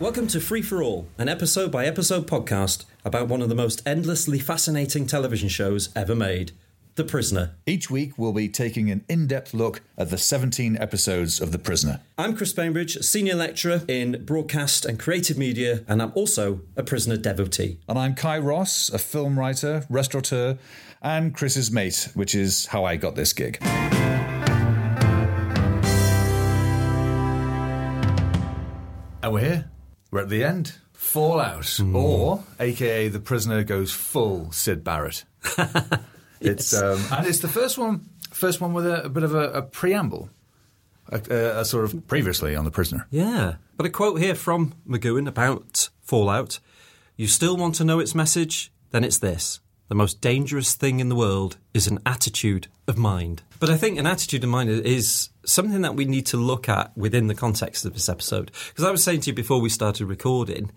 Welcome to Free for All, an episode by episode podcast about one of the most endlessly fascinating television shows ever made The Prisoner. Each week, we'll be taking an in depth look at the 17 episodes of The Prisoner. I'm Chris Bainbridge, senior lecturer in broadcast and creative media, and I'm also a prisoner devotee. And I'm Kai Ross, a film writer, restaurateur, and Chris's mate, which is how I got this gig. And we're here. We're at the end. Fallout, or AKA The Prisoner goes full Sid Barrett. it's um, and it's the first one, first one with a, a bit of a, a preamble, a, a, a sort of previously on The Prisoner. Yeah. But a quote here from McGowan about Fallout You still want to know its message? Then it's this. The most dangerous thing in the world is an attitude of mind. But I think an attitude of mind is something that we need to look at within the context of this episode. Because I was saying to you before we started recording,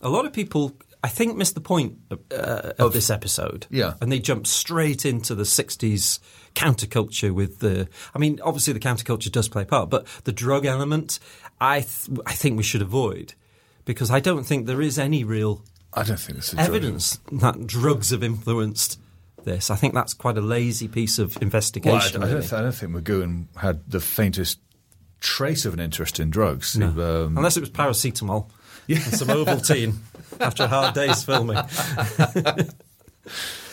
a lot of people, I think, missed the point of, uh, of this episode. Yeah. And they jumped straight into the 60s counterculture with the i mean obviously the counterculture does play a part but the drug element i th- i think we should avoid because i don't think there is any real I don't think this is evidence that drugs have influenced this i think that's quite a lazy piece of Well, I, investigation I don't, really. th- I don't think Magoon had the faintest trace of an interest in drugs. No. Um, unless it was paracetamol and some ovaltine after a hard day's filming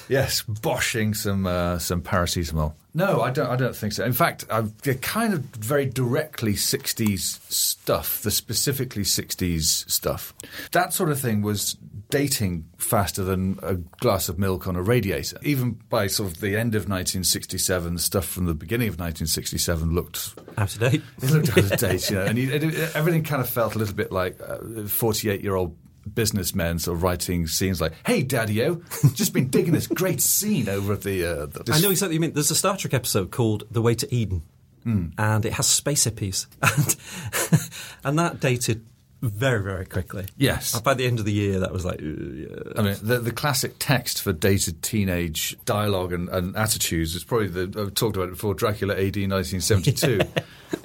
yes, boshing some uh, some paracetamol. No, I don't. I don't think so. In fact, I've, they're kind of very directly '60s stuff. The specifically '60s stuff. That sort of thing was dating faster than a glass of milk on a radiator. Even by sort of the end of 1967, stuff from the beginning of 1967 looked out of date It looked out of date, you know, and you, it, it- everything kind of felt a little bit like uh, forty-eight-year-old businessmen sort of writing scenes like, "Hey, Daddy-O, just been digging this great scene over at the." Uh, the I know exactly what you mean. There's a Star Trek episode called The Way to Eden, Hmm. and it has space hippies, and, and that dated very, very quickly. Yes. And by the end of the year, that was like, uh, yeah. I mean, the, the classic text for dated teenage dialogue and, and attitudes is probably the I've talked about it before. Dracula AD 1972,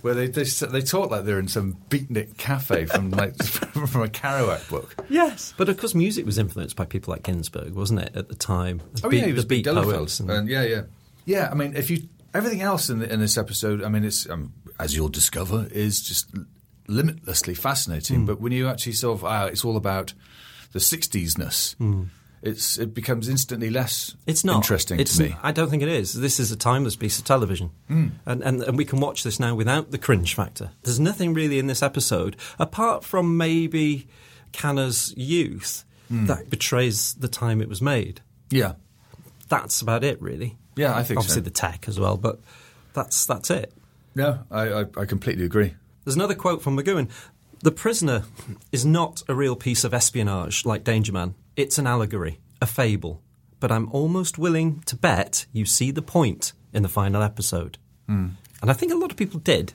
where they, they s- they talk like they're in some beatnik cafe from like from a Kerouac book. yes. But of course, music was influenced by people like Ginsberg, wasn't it, at the time? The Oh beat- yeah, he was the beat poets. And, and- yeah, yeah, yeah. I mean, if you everything else in, the, in this episode, I mean, it's um, as you'll discover, is just l- limitlessly fascinating. But when you actually sort of, ah, it's all about the '60s-ness. It's it becomes instantly less. It's not interesting It's- to me. Hmm. I don't think it is. This is a timeless piece of television, and, and and we can watch this now without the cringe factor. There's nothing really in this episode apart from maybe Canna's youth Hmm. that betrays the time it was made. yeah, That's about it, really. Yeah, I think so. obviously the tech as well, but that's that's it. no, I, I, I completely agree. There's another quote from McGowan. The prisoner is not a real piece of espionage like Danger Man. It's an allegory, a fable. But I'm almost willing to bet you see the point in the final episode. And I think a lot of people did,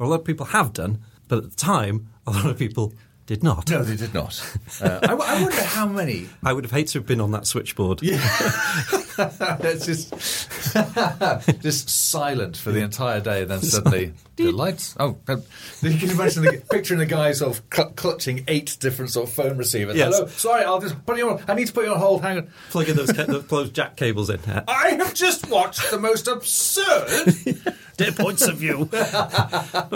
or a lot of people have done, but at the time, a lot of people did not. No, they did not. Uh, I, w- I wonder how many I would have hated to have been on that switchboard. That's just just silent for the entire day, and then suddenly the lights. Oh, um, you can imagine the, picturing the guy sort of cl- clutching eight different sort of phone receivers. Yes. Hello, sorry, I'll just put you on. I need to put you on hold. Hang on. Plugging those, ca- those jack cables in. I have just watched the most absurd. Their points of view. no,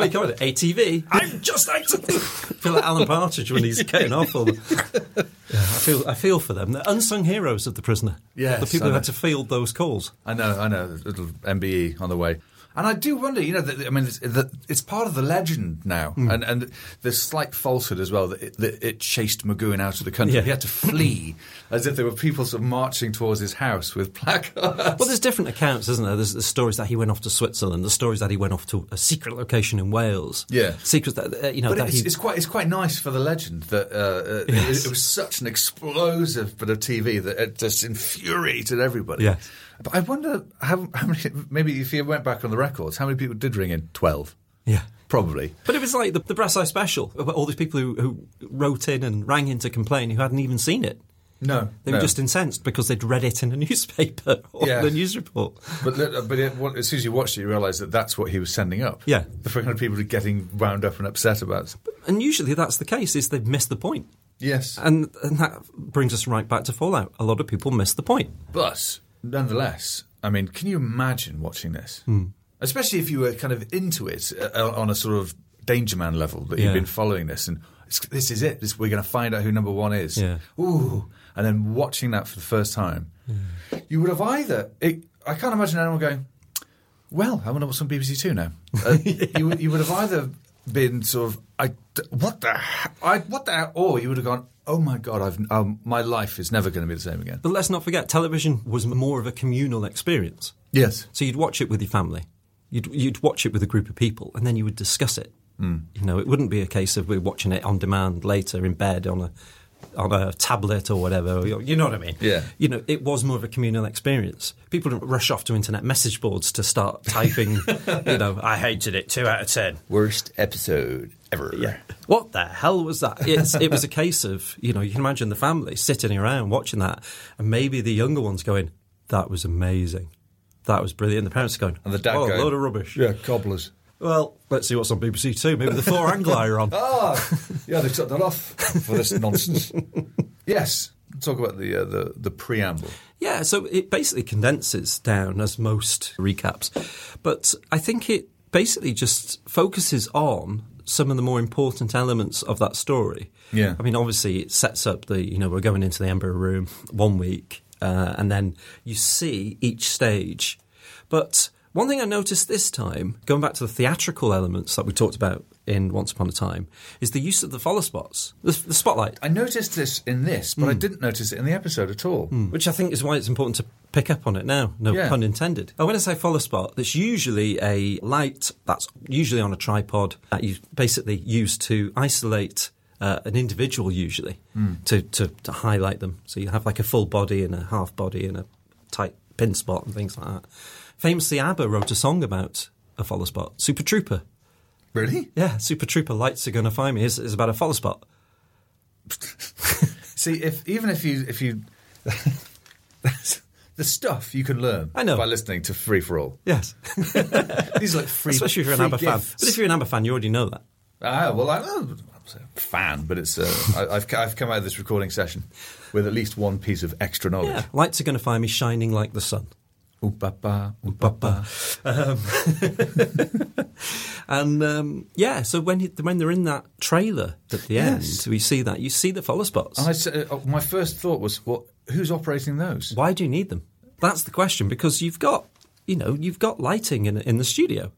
you come with ATV. I'm just like to- I feel like Alan Partridge when he's getting off all the- Yeah, I feel I feel for them. They're unsung heroes of the prisoner. Yes, the people I who know. had to field those calls. I know, I know. Little MBE on the way. And I do wonder, you know, that, I mean, it's, that it's part of the legend now, Hmm. and and the slight falsehood as well that it, that it chased Magoon out of the country. Yeah. He had to flee, as if there were people sort of marching towards his house with placards. Well, there's different accounts, isn't there? There's the stories that he went off to Switzerland, the stories that he went off to a secret location in Wales. Yeah. secrets that uh, you know But that it's, he. it's quite it's quite nice for the legend that uh, uh, Yes. it, it was such an explosive bit of TV that it just infuriated everybody. Yes. But I wonder how, how many maybe if you went back on the records, how many people did ring in? Twelve, yeah. probably. But it was like the, the Brass Eye Special. about All these people who, who wrote in and rang in to complain who hadn't even seen it. No, They no. were just incensed because they'd read it in a newspaper or Yeah. the news report. But li- but it, what- as soon as you watched it, you realised that that's what he was sending up. Yeah. the kind of people were getting wound up and upset about. And usually that's the case, is they've missed the point. Yes. And, and that brings us right back to Fallout. A lot of people miss the point. But nonetheless, I mean, can you imagine watching this? Hmm. Especially if you were kind of into it uh, on a sort of Danger Man level that Yeah. you've been following this and it's, this is it. This, we're going to find out who number one is. Yeah. Ooh. And then watching that for the first time, you would have either. It, I can't imagine anyone going, well, I wonder what's on BBC Two now. Uh, you, would- you would have either been sort of, I, d- what the, he- I, what the, he-" or you would have gone, oh my God, I've, um, my life is never going to be the same again. But let's not forget, television was more of a communal experience. Yes. So you'd watch it with your family, you'd, you'd watch it with a group of people, and then you would discuss it. You know, it wouldn't be a case of we're watching it on demand later in bed on a on a tablet or whatever. You you know what I mean? Yeah. You know, it was more of a communal experience. People didn't rush off to internet message boards to start typing. you know, I hated it. Two out of ten. Worst episode ever. What the hell was that? It's, it was a case of, you know, you can imagine the family sitting around watching that, and maybe the younger ones going, that was amazing. That was brilliant. And the parents are going, And the dad oh, going, a load of rubbish. Yeah, cobblers. Well, let's see what's on BBC Two. Maybe the four angler are on. Ah, yeah, they took that off for this nonsense. yes, talk about the uh, the the preamble. Yeah, so it basically condenses down as most recaps. But I think it basically just focuses on some of the more important elements of that story. Yeah. I mean, obviously, it sets up the, you know, we're going into the Ember Room one week, uh, and then you see each stage. But one thing I noticed this time, going back to the theatrical elements that we talked about in Once Upon a Time, is the use of the follow spots, the, the spotlight. I noticed this in this, Hmm. but I didn't notice it in the episode at all. Which I think is why it's important to pick up on it now. No Yeah. pun intended. And when I say follow spot, that's usually a light that's usually on a tripod that you basically use to isolate uh, an individual, usually Hmm. to, to to highlight them. So you have like a full body and a half body and a tight pin spot and things like that. Famously, ABBA wrote a song about a follow spot. Super Trooper, Really? yeah, Super Trooper lights are gonna find me is, is about a follow spot. See, if even if you if you that's the stuff you can learn I know. by listening to Free for All. Yes, These are like free, especially if you're an free ABBA fan. gifts. But if you're an ABBA fan, you already know that. ah, well, I, I'm a fan, but it's uh, I, I've I've come out of this recording session with at least one piece of extra knowledge. Yeah, lights are going to find me shining like the sun. Oop-ba-ba, oop-ba-ba. Ba-ba. Um, and um, yeah, so when he, when they're in that trailer at the Yes. end, we see that you see the follow spots. I s- uh, my first thought was, well, who's operating those? Why do you need them? That's the question because you've got you know you've got lighting in in the studio.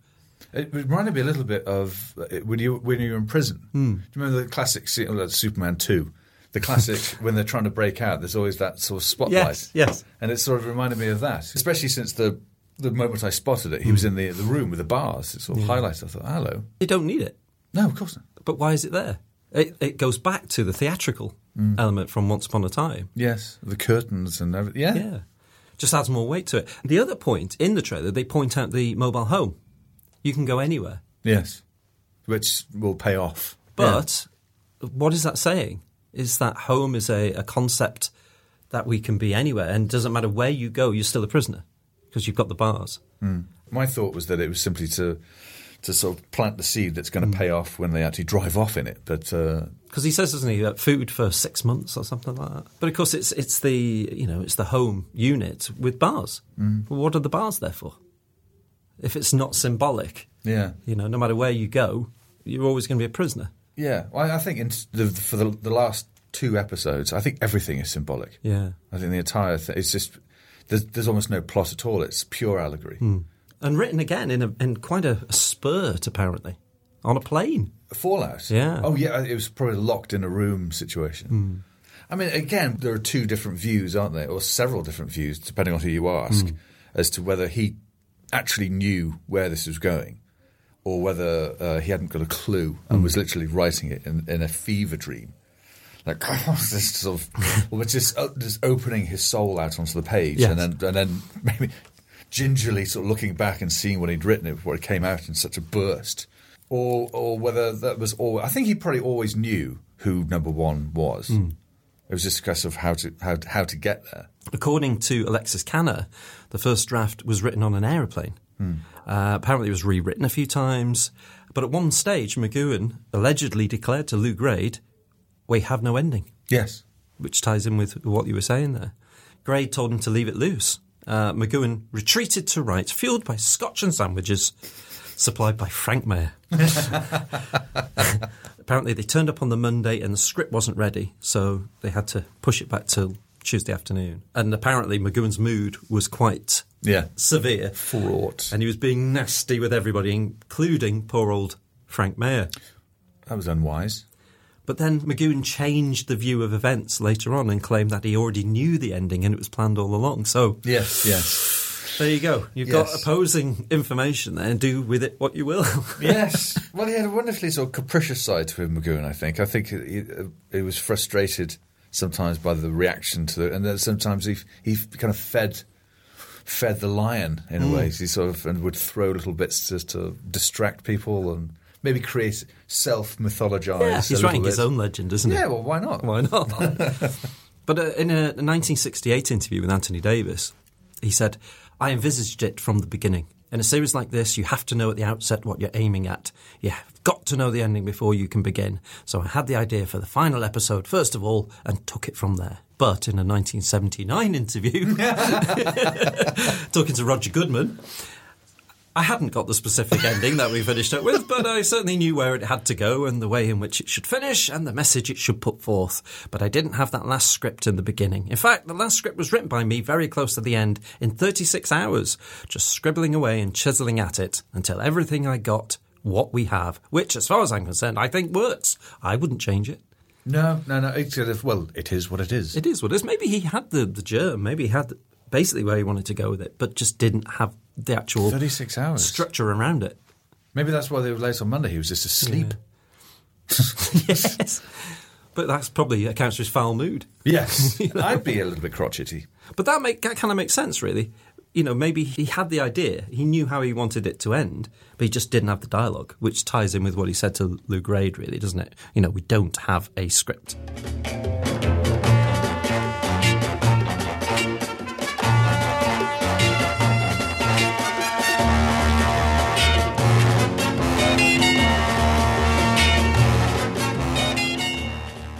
It reminded me a little bit of uh, when you when you were in prison. Hmm. Do you remember the classic scene, well, that's Superman Two? The classic when they're trying to break out. There's always that sort of spotlight. Yes, yes. And it sort of reminded me of that, especially since the the moment I spotted it, he Hmm. was in the the room with the bars. It sort of highlighted. I thought, hello. You don't need it, No, of course not. but why is it there? It, it goes back to the theatrical Mm. element from Once Upon a Time. Yes, the curtains and everything. Yeah. Yeah. Just adds more weight to it. The other point in the trailer, they point out the mobile home. You can go anywhere. Yes, which will pay off. But what is that saying? Is that home is a, a concept that we can be anywhere and doesn't matter where you go, you're still a prisoner because you've got the bars. My thought was that it was simply to to sort of plant the seed that's Mm. going to pay off when they actually drive off in it. But uh, Because he says, doesn't he, that food for six months or something like that. But of course, it's it's the you know it's the home unit with bars. Well, what are the bars there for? If it's not symbolic, yeah, you know, no matter where you go, you're always going to be a prisoner. yeah, well, I I think in the, for the, the last two episodes, I think everything is symbolic. Yeah. I think the entire thing. It's just there's, there's almost no plot at all. It's pure allegory. Mm. And written again in a, in quite a, a spurt, apparently, on a plane. Fallout. Yeah. Oh yeah, it was probably locked in a room situation. Mm. I mean, again, there are two different views, aren't there, or several different views, depending on who you ask, Mm. as to whether he actually knew where this was going, or whether uh, he hadn't got a clue and was literally writing it in, in a fever dream. Like this sort of, well, it's just o- just opening his soul out onto the page, Yes. and then and then maybe gingerly sort of looking back and seeing what he'd written before it came out in such a burst, or or whether that was all. I think he probably always knew who number one was. It was just a question of how to how how to get there. According to Alexis Canner, the first draft was written on an aeroplane. Uh, apparently, it was rewritten a few times, But at one stage, McGowan allegedly declared to Lou Grade, We have no ending, Yes. which ties in with what you were saying there. Grade told him to leave it loose. Uh, McGowan retreated to right, fueled by scotch and sandwiches supplied by Frank Mayer. Apparently, they turned up on the Monday and the script wasn't ready, so they had to push it back till Tuesday afternoon. And apparently, McGowan's mood was quite Yeah. severe. Fraught. And he was being nasty with everybody, including poor old Frank Mayer. That was unwise. But then Magoon changed the view of events later on and claimed that he already knew the ending and it was planned all along. So Yes. Yes. there you go. You've got Yes. opposing information there. Do with it what you will. yes. Well, he had a wonderfully sort of capricious side to him, Magoon, I think. I think he, uh, he was frustrated sometimes by the reaction to the. And then sometimes he, he kind of fed fed the lion in ways. He sort of and would throw little bits just to distract people and maybe create self mythologize. He's writing his own legend, isn't he? Yeah, well, why not? Why not? but uh, in a 1968 interview with Anthony Davis, he said, I envisaged it from the beginning. In a series like this, you have to know at the outset what you're aiming at. You have got to know the ending before you can begin. So I had the idea for the final episode, first of all, and took it from there. But in a 1979 interview, talking to Roger Goodman, I hadn't got the specific ending that we finished up with, but I certainly knew where it had to go and the way in which it should finish and the message it should put forth. But I didn't have that last script in the beginning. In fact, the last script was written by me very close to the end in 36 hours, just scribbling away and chiseling at it until everything I got, what we have, which, as far as I'm concerned, I think works. I wouldn't change it. No, no, no. It's sort of, well, it is what it is. It is what it is. Maybe he had the, the germ, maybe he had basically where he wanted to go with it, but just didn't have the actual 36 hours. structure around it. Maybe that's why they were late on Monday. He was just asleep. yes. But that's probably accounts for his foul mood. Yes. I'd be a little bit crotchety. But that make that kind of makes sense, really. You know, maybe he had the idea, he knew how he wanted it to end, but he just didn't have the dialogue, which ties in with what he said to Lou Grade, really, doesn't it? You know, we don't have a script.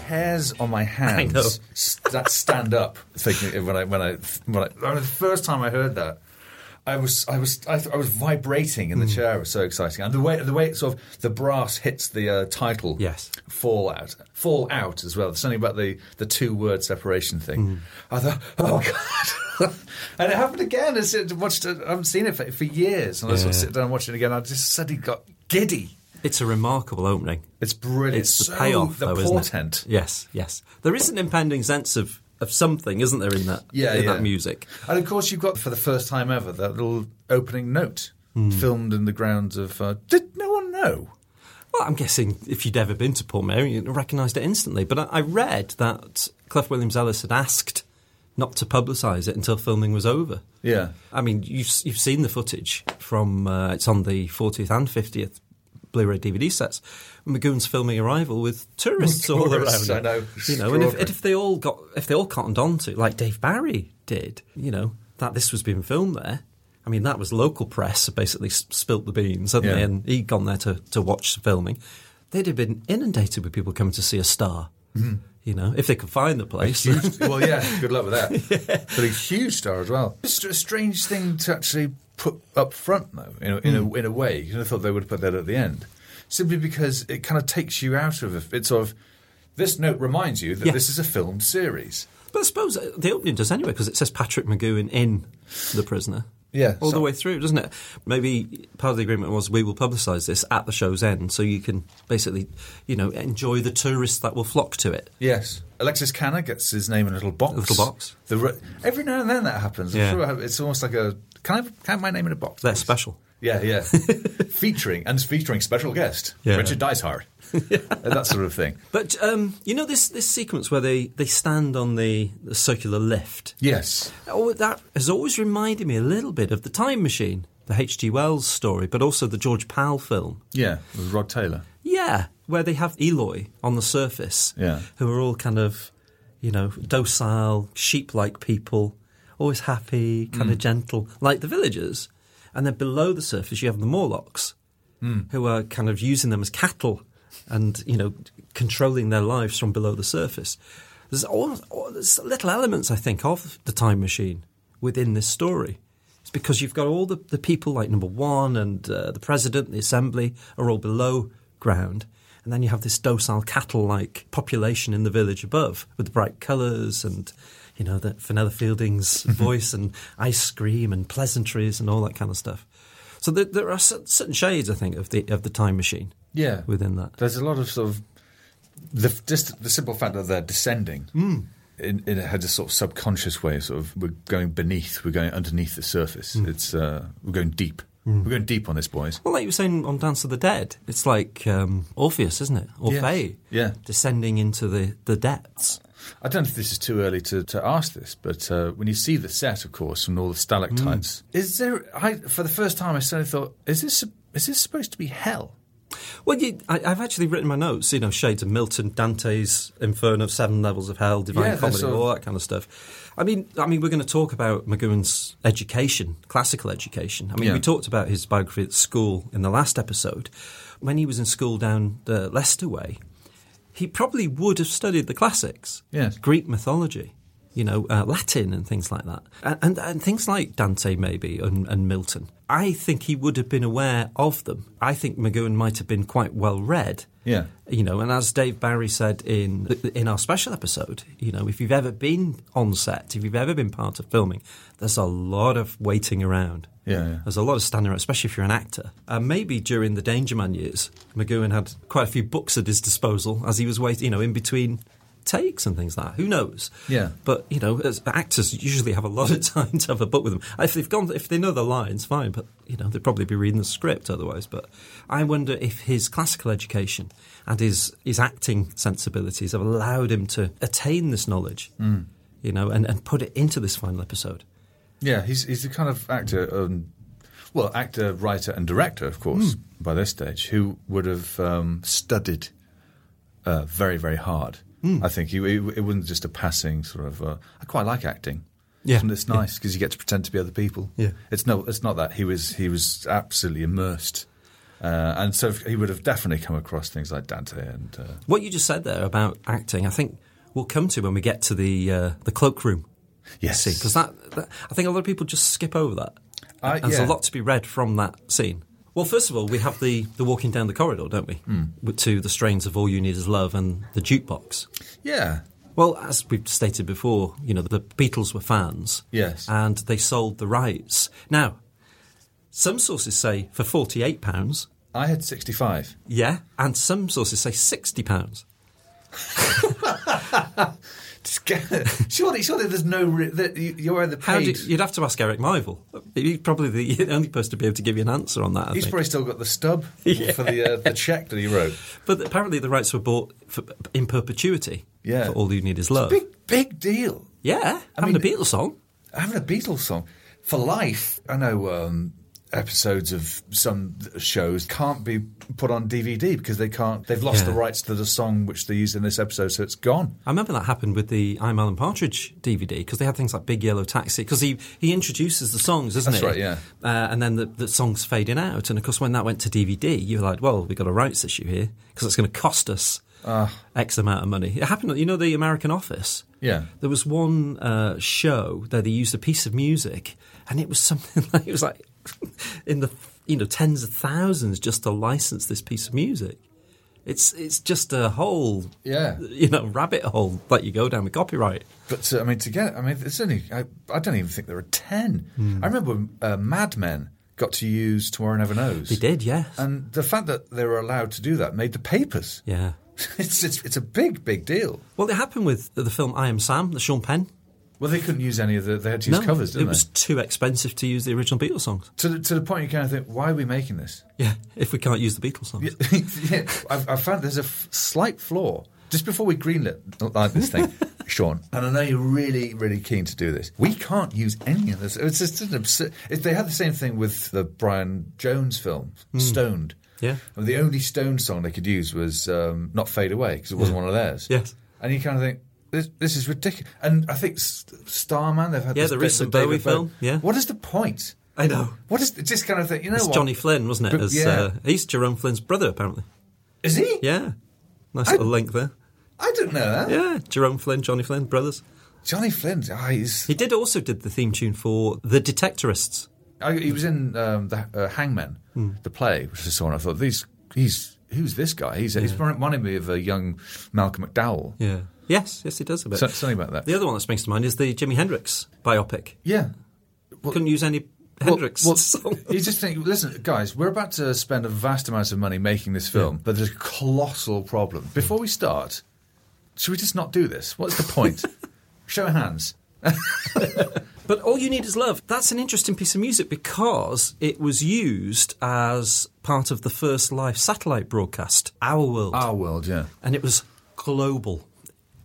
hairs on my hands know. st- that stand up thinking uh, when I when I when I when the first time I heard that I was I was I, th- I was vibrating Hmm. in the chair. It was so exciting, and the way the way it sort of the brass hits the uh, title, Yes. fallout, fall out as well. There's something about the the two word separation thing. Hmm. I thought, oh god, and it happened again. It's, it watched, it- I haven't seen it for, for years, and I sort of Yeah. sit down and watch it again. I just suddenly got giddy. It's a remarkable opening. It's brilliant. It's the so, payoff, the though, isn't it? portent. Yes, yes. There is an impending sense of, of something, isn't there, in that Yeah, in yeah. that music? And of course, you've got for the first time ever that little opening note Hmm. filmed in the grounds of. Uh, did no one know? Well, I'm guessing if you'd ever been to Port Mary, you'd have recognised it instantly. But I, I read that Clef Williams Ellis had asked not to publicise it until filming was over. Yeah. I mean, you've, s- you've seen the footage from uh, it's on the 40th and 50th Blu-ray DVD sets. Magoon's filming arrival with tourists all Tourists, around. I know. You know, and if, Extraordinary. and if they all got if they all cottoned onto it, like Dave Barry did, you know, that this was being filmed there. I mean, that was local press that basically s- spilt the beans, hadn't they? Yeah. And he'd gone there to, to watch the filming. They'd have been inundated with people coming to see a star. You know, if they could find the place. Mm-hmm. Huge- well, yeah. Good luck with that. But a huge star as well. It's a strange thing to actually put up front, though. In a, in Hmm. a, in a way, you I thought they would put that at the end, simply because it kind of takes you out of it. Sort of. This note reminds you that Yeah. this is a filmed series. But I suppose uh, the opening does anyway because it says Patrick McGowan in The Prisoner. Yeah, All the so- way through, doesn't it? Maybe part of the agreement was we will publicise this at the show's end so you can basically, you know, enjoy the tourists that will flock to it. Yes. Alexis Canner gets his name in a little box. little box. The re- Every now and then that happens. I'm Yeah. sure it's almost like a. Can I, can I have my name in a box? They're please? special. Yeah, yeah. featuring, and featuring special guest, Yeah. Richard Dicehard. that sort of thing. But um, you know this this sequence where they, they stand on the, the circular lift. Yes. Oh, that has always reminded me a little bit of the Time Machine, the H.G. Wells story, but also the George Powell film. Yeah, with Rod Taylor. Yeah, where they have Eloy on the surface, Yeah. who are all kind of, you know, docile, sheep-like people, always happy, kind of gentle, like the villagers. And then below the surface, you have the Morlocks, who are kind of using them as cattle and you know controlling their lives from below the surface. There's all, all there's little elements I think of the time machine within this story. It's because you've got all the, the people like number one and uh, the president, the assembly are all below ground. And then you have this docile cattle like population in the village above with the bright colours and, you know, the Fenella Fielding's voice and ice cream and pleasantries and all that kind of stuff. So there, there are cer- certain shades, I think, of the, of the time machine Yeah. within that. There's a lot of sort of the f- just the simple fact that they're descending in, in it had a sort of subconscious way sort of we're going beneath we're going underneath the surface it's uh, we're going deep we're going deep on this boys Well, like you were saying on Dance of the Dead, it's like um, Orpheus, isn't it? Orpheus. Yeah. Descending into the, the depths. I don't know if this is too early to, to ask this, but uh, when you see the set, of course, and all the stalactites, is there? I for the first time, I suddenly thought, is this is this supposed to be hell? Well, you, I, I've actually written my notes, you know, shades of Milton, Dante's Inferno, Seven Levels of Hell, Divine Yeah, they're Comedy, sort of- all that kind of stuff. I mean, I mean, we're going to talk about McGowan's education, classical education. I mean, Yeah. we talked about his biography at school in the last episode. When he was in school down the Leicester way, he probably would have studied the classics, Yes. Greek mythology, you know, uh, Latin and things like that, and, and, and things like Dante maybe and, and Milton. I think he would have been aware of them. I think McGowan might have been quite well read. Yeah. You know, and as Dave Barry said in in our special episode, you know, if you've ever been on set, if you've ever been part of filming, there's a lot of waiting around. Yeah, yeah. There's a lot of standing around, especially if you're an actor. And maybe during the Danger Man years, McGowan had quite a few books at his disposal as he was waiting, you know, in between takes and things like that. Who knows? Yeah. But, you know, as actors usually have a lot of time to have a book with them. If they've gone, if they know the lines, fine, but, you know, they'd probably be reading the script otherwise. But I wonder if his classical education and his, his acting sensibilities have allowed him to attain this knowledge, you know, and, and put it into this final episode. yeah. He's He's he's the kind of actor, um, well, actor, writer, and director, of course, by this stage, who would have um, Hmm. studied Hmm. uh, very, very hard. I think he, he- it wasn't just a passing sort of. Uh, I quite like acting. Yeah. and it's nice because you get to pretend to be other people. Yeah. it's no, it's not that he was he was absolutely immersed, uh, and so he would have definitely come across things like Dante and uh, What you just said there about acting, I think we'll come to when we get to the uh, the cloakroom. Yes. because that, that I think a lot of people just skip over that. I- And There's yeah. a lot to be read from that scene. Well, first of all, we have the, the walking down the corridor, don't we? Hmm. With To the strains of "All You Need Is Love" and the jukebox. yeah, Well, as we've stated before, you know the Beatles were fans, Yes. and they sold the rights. Now, some sources say for forty-eight pounds, I had sixty five. yeah, and some sources say sixty pounds. surely, surely, there's no re- that you, you're either How do, paid. you'd have to ask Eric Mival. He's probably the only person to be able to give you an answer on that. I He's think. probably still got the stub for the uh, the check that he wrote. but apparently, the rights were bought for, in perpetuity. Yeah. For all you need is love. Big big deal. yeah, having a Beatles song. Having a Beatles song for life. I know um, episodes of some shows can't be put on DVD because they can't. They've lost Yeah. the rights to the song which they used in this episode, so it's gone. I remember that happened with the I'm Alan Partridge DVD because they had things like Big Yellow Taxi because he, he introduces the songs, isn't That's it? right, yeah. Uh, and then the, the songs fading out. And of course, when that went to DVD, you were like, well, we've got a rights issue here because it's going to cost us Ah. X amount of money. It happened, you know, the American Office? Yeah. There was one uh, show that they used a piece of music and it was something like, it was like in the, you know, tens of thousands just to license this piece of music. It's, it's just a whole Yeah. you know rabbit hole that you go down with copyright. But uh, I mean, to get, I mean, it's only, I, I don't even think there are 10. Hmm. I remember when, uh, Mad Men got to use Tomorrow Never Knows. They did, yes. And the fact that they were allowed to do that made the papers. yeah. It's, it's, it's a big, big deal. Well, it happened with the film I Am Sam, the Sean Penn. Well, they couldn't use any of the, they had to use covers, it didn't was they? too expensive to use the original Beatles songs. To the, to the point you kind of think, why are we making this? Yeah, if we can't use the Beatles songs. yeah, I've, I've found there's a f- slight flaw. Just before we greenlit like this thing, Sean, and I know you're really, really keen to do this. We can't use any of this. It's just an absurd. It, they had the same thing with the Brian Jones film, Stoned. Hmm. Yeah. And the only Stone song they could use was um, "Not Fade Away" because it wasn't one of theirs. Yes. And you kind of think. This, this is ridiculous, and I think S- Starman. They've had Yeah, this the bit with recent David Bowie Bowie. film, yeah. What is the point? I know. What is it's this kind of thing? You know It's what? Johnny Flynn, wasn't it? But- As, yeah. uh, he's Jerome Flynn's brother, apparently. Is he? Yeah. Nice little link there. I didn't know that. Yeah, Jerome Flynn, Johnny Flynn, brothers. Johnny Flynn. ah, he's, He did also did the theme tune for The Detectorists. I, he was in um, the uh, Hangman, Hmm. the play, which I saw, and I thought, these, he's who's this guy? He's, he's reminded me of a young Malcolm McDowell. Yeah. Yes, yes, he does a bit. So- something about that. the other one that springs to mind is the Jimi Hendrix biopic. Yeah. Couldn't use any Hendrix song. you just think, listen, guys, we're about to spend a vast amount of money making this film, but there's a colossal problem. Before we start, should we just not do this? What's the point? Show of hands. But All You Need Is Love, that's an interesting piece of music because it was used as part of the first live satellite broadcast, Our World. Our world, yeah. And it was global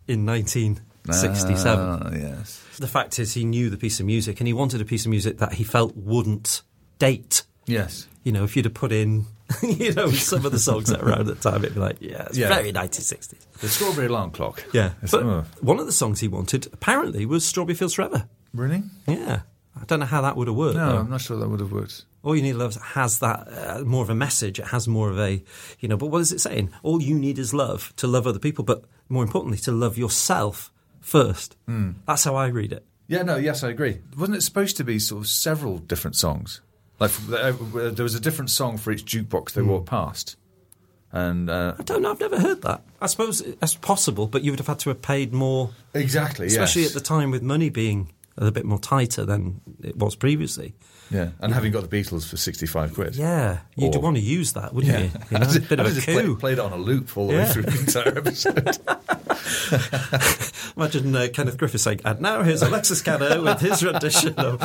in 1967. Ah, yes. The fact is, he knew the piece of music and he wanted a piece of music that he felt wouldn't date. Yes. You know, if you'd have put in, you know, some of the songs that were around at the time, it'd be like, yeah, it's Yeah. very 1960s. The strawberry alarm clock. Yeah. It's- But oh, one of the songs he wanted, apparently, was Strawberry Fields Forever. really? Yeah. I don't know how that would have worked. No, though. I'm not sure that would have worked. All you need love has that uh, more of a message. It has more of a, you know. But what is it saying? All you need is love to love other people, but more importantly, to love yourself first. Mm. That's how I read it. Yeah, no, yes, I agree. Wasn't it supposed to be sort of several different songs? Like, f- uh, there was a different song for each jukebox they walked past. And uh, I don't know. I've never heard that. I suppose that's possible, but you would have had to have paid more, exactly, especially yes. at the time with money being a bit more tighter than it was previously. Yeah, and having got the Beatles for sixty-five quid. Yeah, you'd Or- want to use that, wouldn't you? you know, I just, bit I of a just play- coup. played it on a loop all the Yeah. way through the entire episode. Imagine uh, Kenneth Griffith saying, "And now here's Alexis Cano with his rendition of."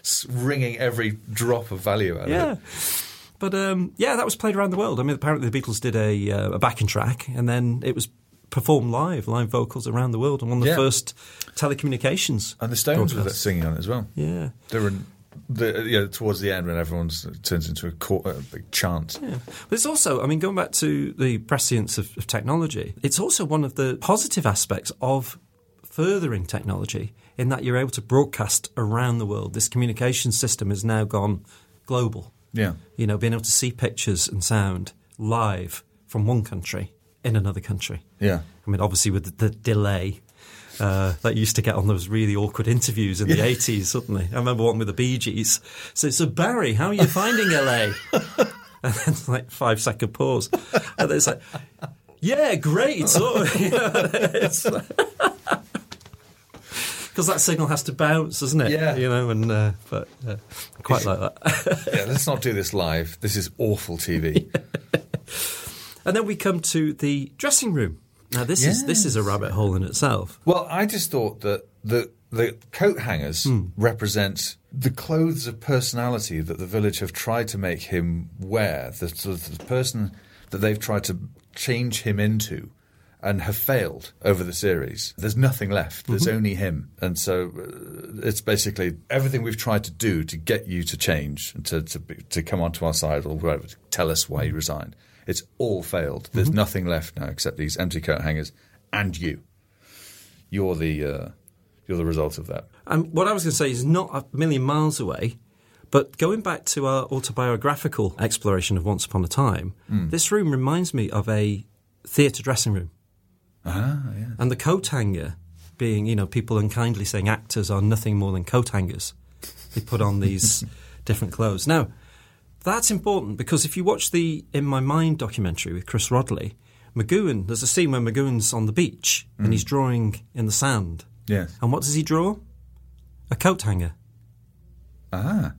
It's wringing every drop of value out of Yeah. it. But um, yeah, that was played around the world. I mean, apparently the Beatles did a, uh, a backing track, and then it was performed live, live vocals around the world, and one of the Yeah. first telecommunications. And the Stones were broadcasts. singing on it as well. Yeah. They were in, the, you know, towards the end when everyone turns into a, cor- a big chant. Yeah. But it's also, I mean, going back to the prescience of, of technology, it's also one of the positive aspects of furthering technology in that you're able to broadcast around the world. This communication system has now gone global. Yeah. You know, being able to see pictures and sound live from one country in another country. Yeah. I mean, obviously with the, the delay. Uh, that you used to get on those really awkward interviews in the 80s, suddenly. I remember one with the Bee Gees. So, so Barry, how are you finding LA? and then like five second pause. And then it's like, yeah, great. Because that signal has to bounce, doesn't it? Yeah. You know, and uh, but uh, quite like that. yeah, let's not do this live. This is awful TV. And then we come to the dressing room. Now this is this is a rabbit hole in itself. Well, I just thought that the the coat hangers represent the clothes of personality that the village have tried to make him wear, the, sort of the person that they've tried to change him into. And have failed over the series. There's nothing left. There's only him, and so uh, it's basically everything we've tried to do to get you to change and to to, be- to come onto our side or whatever. To tell us why you resigned. It's all failed. There's nothing left now except these empty coat hangers and you you're the uh, you're the result of that. And what I was going to say is not a million miles away, but going back to our autobiographical exploration of Once Upon a Time, this room reminds me of a theatre dressing room. Ah, yeah. And the coat hanger being, you know, people unkindly saying actors are nothing more than coat hangers. They put on these different clothes. Now, That's important because if you watch the In My Mind documentary with Chris Rodley, Magoon, there's a scene where Magoon's on the beach and he's drawing in the sand. Yes. And what does he draw? A coat hanger. Ah.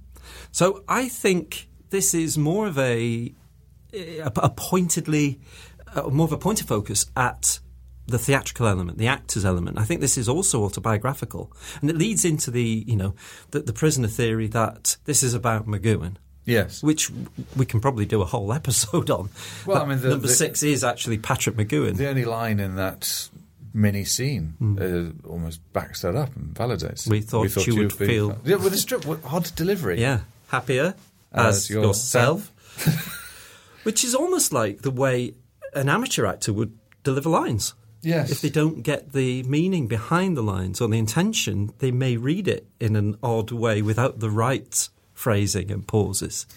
So I think this is more of a, a, a pointedly, uh, more of a pointed focus at the theatrical element, the actors element. I think this is also autobiographical, and it leads into the you know the, the prisoner theory that this is about Magooan Yes. which we can probably do a whole episode on. Well, But I mean, the- number the- six is actually Patrick McGowan. The only line in that mini scene uh, almost backs that up and validates. Hmm. We thought you would be- feel- yeah, with a strip with odd delivery. yeah, happier as, As yourself, which is almost like the way an amateur actor would deliver lines. Yes. If they don't get the meaning behind the lines or the intention, they may read it in an odd way without the right phrasing and pauses.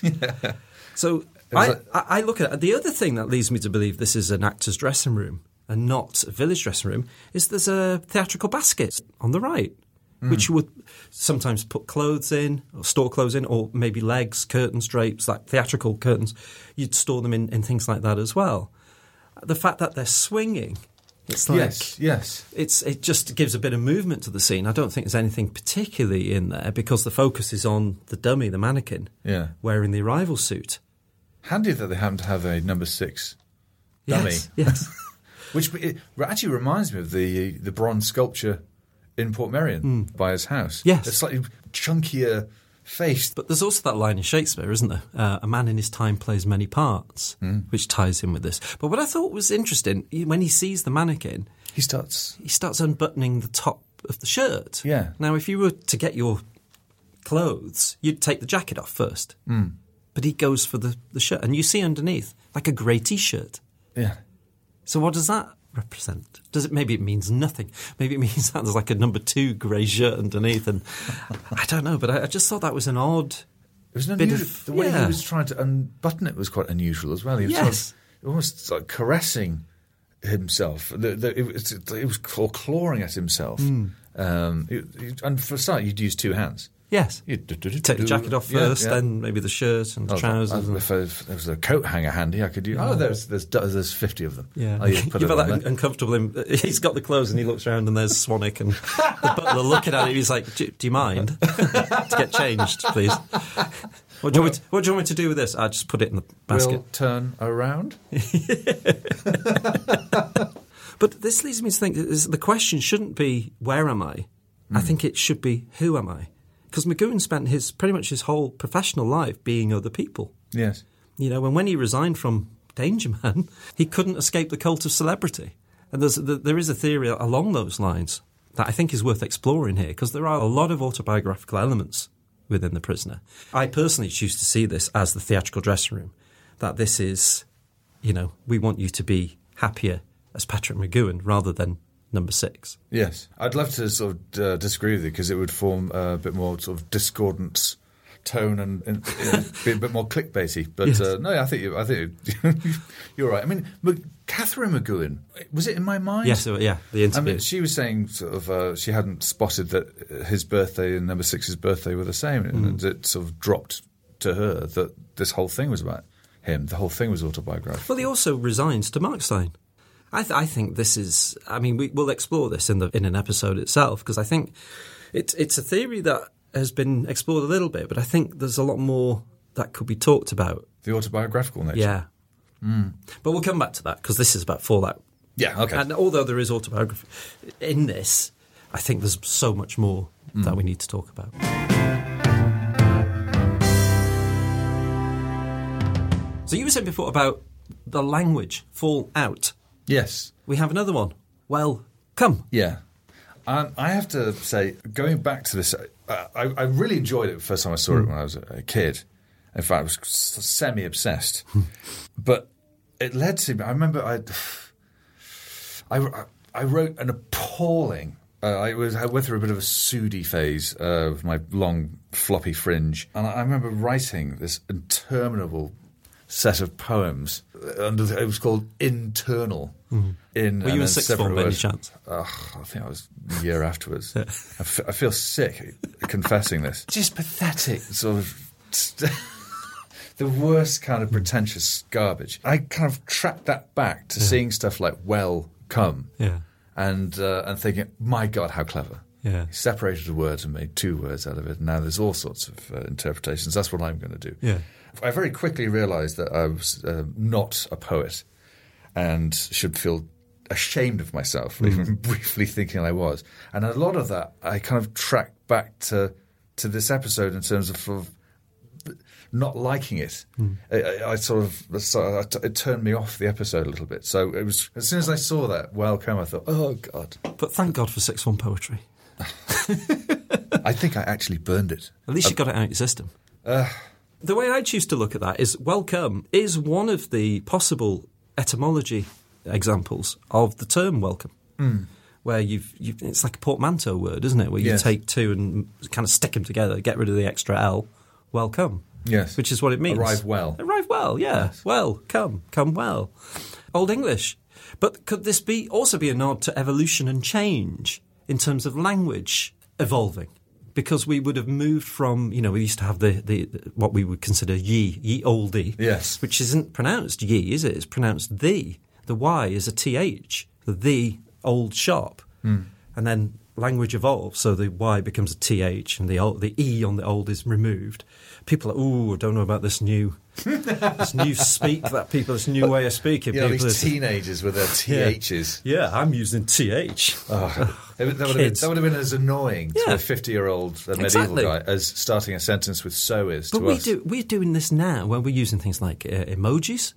So I, like- I I look at it. The other thing that leads me to believe this is an actor's dressing room and not a village dressing room is there's a theatrical basket on the right, Hmm. which you would sometimes put clothes in, or store clothes in, or maybe legs, curtains, drapes, like theatrical curtains. You'd store them in, in things like that as well. The fact that they're swinging, it's like yes, yes. it's it just gives a bit of movement to the scene. I don't think there's anything particularly in there because the focus is on the dummy, the mannequin, Yeah. wearing the arrival suit. Handy that they happen to have a number six, Dummy. Yes, yes. which it actually reminds me of the the bronze sculpture in Port Merion by his house. Hmm. Yes. a slightly chunkier face. but there's also that line in Shakespeare, isn't there? Uh, a man in his time plays many parts, Hmm. which ties in with this. But what I thought was interesting he- when he sees the mannequin, He starts. he starts unbuttoning the top of the shirt. Yeah. Now, if you were to get your clothes, you'd take the jacket off first. Hmm. But he goes for the, the shirt, and you see underneath like a grey t-shirt. Yeah, So what does that represent? Does it maybe it means nothing? Maybe it means that there's like a number two grey shirt underneath, and I don't know. But I, I just thought that was an odd. it was an Bit unusual. of- the way yeah. he was trying to unbutton it was quite unusual as well. He was Yes. sort of, almost like caressing himself. The, the, it, was, it was claw- clawing at himself. Hmm. Um, it- it- and for a start, you'd use two hands. Yes, You do- do- do- take the do- jacket off yeah, first, yeah. then maybe the shirt and the Oh, I- trousers. and- if, I- if there was a coat hanger handy, I could use. Oh, there's there's du- there's fifty of them. yeah, I you could Oh, put put it on that there. uncomfortable. In, he's got the clothes, and he looks around, and there's Swanick, and the butler looking at him. He's like, "Do, do you mind to get changed, please? What do, you want me to, what do you want me to do with this? I just put it in the basket. We'll turn around. But this leads me to think that this- the question shouldn't be where am I? I Hmm. think it should be who am I? Because McGowan spent his pretty much his whole professional life being other people. Yes. You know, and when he resigned from Danger Man, he couldn't escape the cult of celebrity. And there's, th- there is a theory along those lines that I think is worth exploring here because there are a lot of autobiographical elements within The Prisoner. I personally choose to see this as the theatrical dressing room, that this is, you know, we want you to be happier as Patrick McGowan rather than number six. Yes, I'd love to sort of uh, disagree with you because it would form uh, a bit more sort of discordant tone and, and, and be a bit more clickbaity. But Yes. uh, no, I think you, I think you- you're right. I mean, Mc- Catherine McGowan was it in my mind? Yes, so, yeah, the I interview. mean, she was saying sort of uh, she hadn't spotted that uh, his birthday and number six's birthday were the same, and Mm-hmm. it sort of dropped to her that this whole thing was about him. The whole thing was autobiographical. Well, he also resigns to Markstein. I, th- I think this is. I mean, we, we'll explore this in the in an episode itself because I think it's it's a theory that has been explored a little bit, but I think there's a lot more that could be talked about. The autobiographical nature. Yeah. But we'll come back to that because this is about Fallout. Yeah, okay. And although there is autobiography in this, I think there's so much more that we need to talk about. So you were saying before about the language Fallout. yes. We have another one. Well, come. Yeah. Um, I have to say, going back to this, uh, I, I really enjoyed it the first time I saw it when I was a kid. In fact, I was semi obsessed. but it led to me. I remember I, I, I wrote an appalling. Uh, I was I went through a bit of a Sudi phase uh, with my long floppy fringe, and I, I remember writing this interminable set of poems. uh, Under the, it was called Internal. In Mm-hmm. Were you and in then sixth separate form by any words. chance? Ugh, I think I was a year afterwards. I, f- I feel sick confessing this. Just pathetic, sort of. the worst kind of pretentious garbage. I kind of tracked that back to seeing stuff like "well come" Yeah. and uh, and thinking, "My God, how clever!" Yeah. He separated a word and made two words out of it. Now there's all sorts of uh, interpretations. That's what I'm going to do. Yeah. I very quickly realised that I was um not a poet and should feel ashamed of Mm. myself for even briefly thinking I was. And a lot of that I kind of tracked back to to this episode in terms of, sort of not liking it. Mm. I, I, I sort of so I t- it turned me off the episode a little bit. So it was as soon as I saw that welcome, I thought, oh god, But thank God for sixth form poetry. I think I actually burned it. At least you got it out of your system. the way I choose to look at that is welcome is one of the possible etymology examples of the term welcome, Hmm. where you've, you've it's like a portmanteau word, isn't it? Where you Yes. take two and kind of stick them together, get rid of the extra L, welcome. Yes. which is what it means. Arrive well. Arrive well, yeah. Well, come, come well. Old English. But could this be also be a nod to evolution and change in terms of language evolving? Because we would have moved from, you know, we used to have the, the what we would consider ye, ye olde. Yes. Which isn't pronounced ye, is it? It's pronounced the. The Y is a TH, the old sharp. And then language evolves, so the Y becomes a TH and the, old, the E on the old is removed. People are, ooh, I don't know about this new this new speak that people, this new way of speaking. You know, people these are- teenagers with their THs. yeah, I'm using TH. That would, have been, Kids. that would have been as annoying Yeah. to a 50 year old medieval Exactly. guy as starting a sentence with so is But to we us. do, we're doing this now when we're using things like uh, emojis,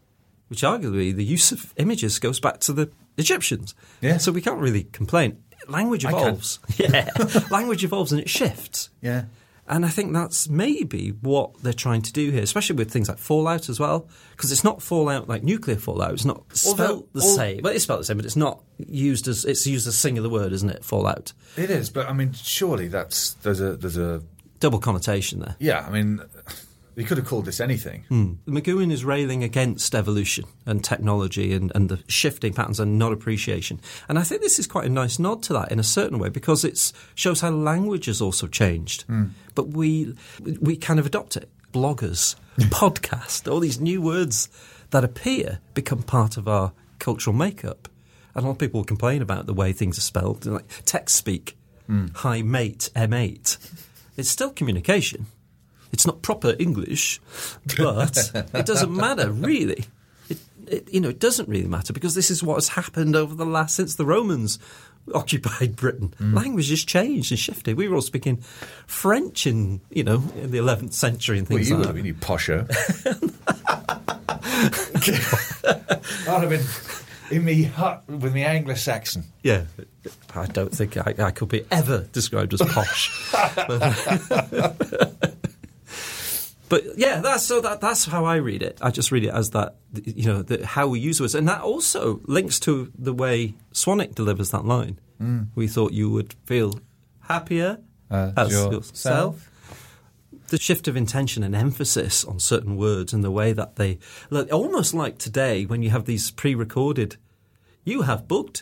which arguably the use of images goes back to the Egyptians. Yeah. So we can't really complain. Language can. evolves. Yeah. Language evolves and it shifts. Yeah. And I think that's maybe what they're trying to do here, especially with things like Fallout as well, because it's not Fallout like nuclear Fallout. It's not spelt Although- the al- same. Well, it's spelled the same, but it's not used as it's used as singular word, isn't it? Fallout. It is, But I mean, surely that's there's a there's a Double connotation there. yeah. I mean, you could have called this anything. Hmm. McGowan is railing against evolution and technology and, and the shifting patterns and not appreciation. And I think this is quite a nice nod to that in a certain way because it shows how language has also changed. But we, we kind of adopt it. Bloggers, podcast, all these new words that appear become part of our cultural makeup. And a lot of people complain about the way things are spelled, like text speak, hi mate, M8. It's still communication. It's not proper English, but it doesn't matter really. It, it, you know, it doesn't really matter because this is what has happened over the last since the Romans occupied Britain. Mm. Language has changed and shifted. We were all speaking French in you know in the 11th century and Well, things you would like that. have been, you posher. I'd have been in me hut with me Anglo-Saxon. Yeah, I don't think I, I could be ever described as posh. but yeah, that's so that that's how I read it. I just read it as that you know the, how we use words, and that also links to the way Swanwick delivers that line. We thought you would feel happier As yourself. the shift of intention and emphasis on certain words and the way that they like, almost like today when you have these pre-recorded you have booked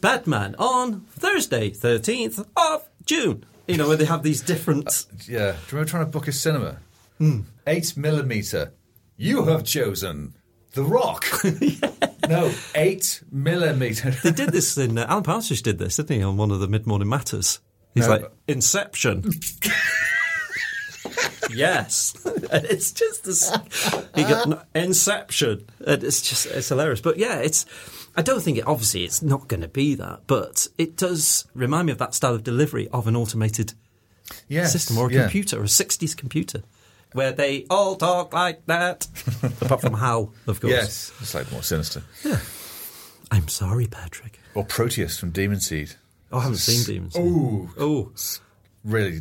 batman on thursday 13th of june you know where they have these different Yeah, do you remember trying to book a cinema? Hmm. Eight millimeter. You have chosen the Rock. No, eight millimeter. they did this in uh, alan partridge did this didn't he on one of the mid-morning matters he's No, like but- inception yes And it's just this he got no, inception And it's just it's hilarious but yeah it's i don't think it obviously it's not going to be that but it does remind me of that style of delivery of an automated Yes, system or a yeah. computer or a 60s computer where they all talk like that apart from hal of course Yes. It's like more sinister. i'm sorry patrick Or Proteus from Demon Seed. oh, i haven't seen demons Ooh, oh really,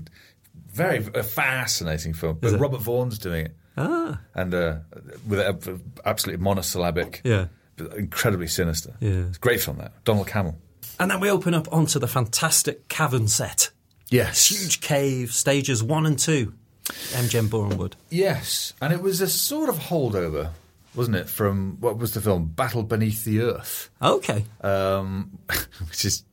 very a fascinating film. Is But it? Robert Vaughan's doing it, ah, and uh, with a, absolutely monosyllabic, Yeah. but incredibly sinister. Yeah. It's a great film. That Donald Camel. And then we open up onto the fantastic cavern set. Yes. Huge cave, stages one and two. MGM Borenwood. Yes, and it was a sort of holdover, wasn't it, from what was the film Battle Beneath the Earth, Okay. Uh, um, which is.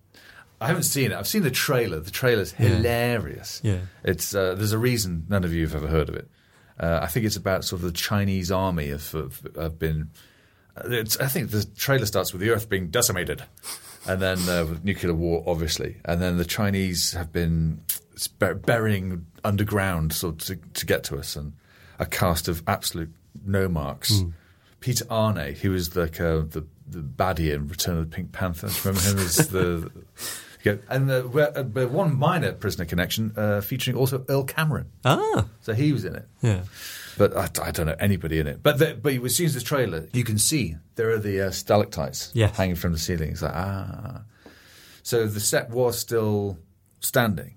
I haven't seen it. I've seen the trailer. The trailer's hilarious. Yeah. it's uh, there's a reason none of you have ever heard of it. Uh, I think it's about sort of the Chinese army have, have, have been. uh, It's, I think the trailer starts with the Earth being decimated, and then uh, with nuclear war, obviously, and then the Chinese have been bur- burying underground sort of to, to get to us, and a cast of absolute no marks. Peter Arne, he was like uh, the the baddie in Return of the Pink Panther. Do you Remember him as the. Yeah, And the, where- uh, but one minor prisoner connection uh, featuring also Earl Cameron. Ah. So he was in it. Yeah. But I, I don't know anybody in it. But the, but as soon as the trailer, you can see there are the uh, stalactites Yes. hanging from the ceiling. It's like, ah. So the set was still standing.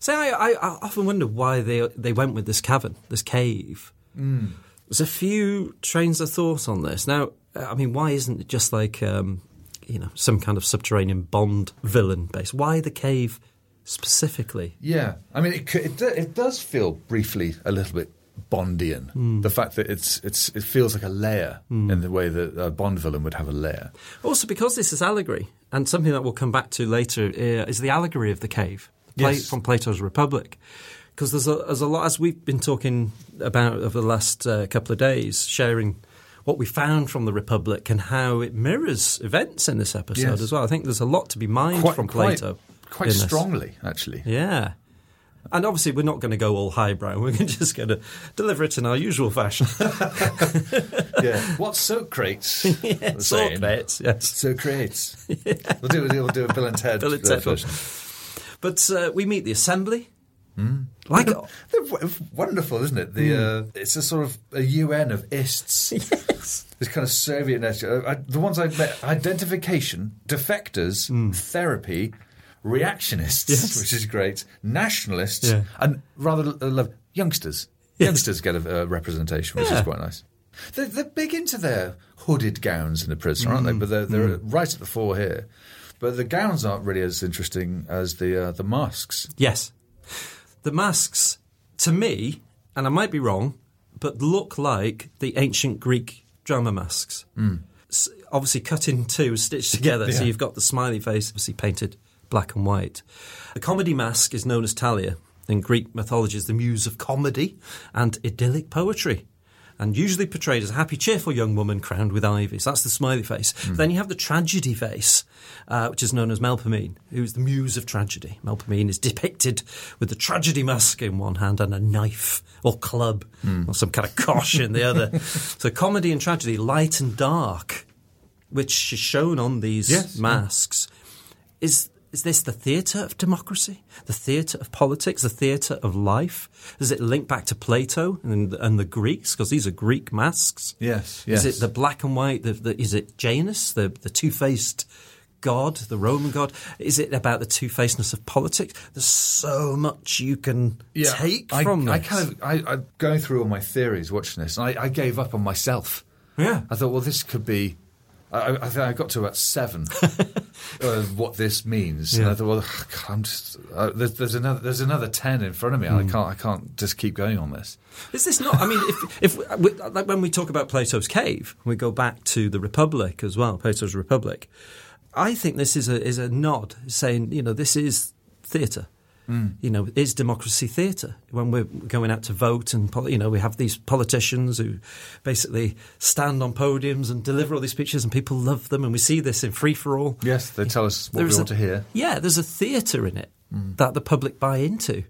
So I, I, I often wonder why they they went with this cavern, this cave. There's a few trains of thought on this. Now, uh, I mean, why isn't it just like, um, you know, some kind of subterranean Bond villain base? Why the cave specifically? Yeah. I mean, it, c- it, do- it does feel briefly a little bit Bondian. Hmm. The fact that it's it's it feels like a layer in the way that a Bond villain would have a layer. Also, because this is allegory, and something that we'll come back to later uh, is the allegory of the cave Pla- Yes. from Plato's Republic. Because there's a, there's a lot, as we've been talking about over the last uh, couple of days, sharing what we found from the Republic and how it mirrors events in this episode Yes. as well. I think there's a lot to be mined from Plato. Quite, quite in this. strongly, actually. uh, Yeah. And obviously, we're not going to go all highbrow. We're just going to deliver it in our usual fashion. Yeah. what soap crates? Yeah, the saying. sorbets, yes. Soap crates. We'll do we'll do a Bill and Ted. Bill and uh, Ted version. But uh, we meet the assembly. Hmm. Like, They're w- wonderful, isn't it? The uh, it's a sort of a UN of ists. Hmm. yes. This kind of Soviet nature. Uh, I, the ones I met: identification, defectors, therapy, reactionists, Hmm. Yes. which is great, nationalists, Yeah. and rather l- uh, love youngsters. Youngsters get a, uh representation, which Yeah. is quite nice. They're, they're big into their hooded gowns in the prison, aren't they? Hmm. But they're, they're right at the fore here. But the gowns aren't really as interesting as the uh, the masks. Yes. The masks, to me, and I might be wrong, but look like the ancient Greek drama masks. S- obviously, cut in two, stitched together, so Hmm. Yeah. you've got the smiley face, obviously painted black and white. The comedy mask is known as Talia. In Greek mythology, is the muse of comedy and idyllic poetry. And usually portrayed as a happy, cheerful young woman crowned with ivies. That's the smiley face. Hmm. Then you have the tragedy face, uh, which is known as Melpomene, who's the muse of tragedy. Melpomene is depicted with the tragedy mask in one hand and a knife or club Hmm. or some kind of kosh in the other. So comedy and tragedy, light and dark, which is shown on these Yes, yeah. masks. Is is this the theatre of democracy, the theatre of politics, the theatre of life? Does it link back to Plato and, and the Greeks? Because these are Greek masks. Yes, Is it the black and white? The, the, is it Janus, the, the two faced god, the Roman god? Is it about the two facedness of politics? There's so much you can take I, from I this. kind of, I, I'm going through all my theories watching this, and I, I gave up on myself. Yeah. I thought, well, this could be. I, I, I think I got to about seven of what this means, and I Yeah. thought, well, God, I'm just uh, there's, there's another there's another ten in front of me. I can't I can't just keep going on this. Is this not? I mean, if, if we, like when we talk about Plato's cave, we go back to the Republic as well, Plato's Republic. I think this is a is a nod saying, you know, this is theatre. You know, is democracy theatre? When we're going out to vote, and pol- you know, we have these politicians who basically stand on podiums and deliver all these speeches, and people love them, and we see this in free for all. Yes, they tell us what There we is want a- to hear. Yeah, there's a theatre in it that the public buy into.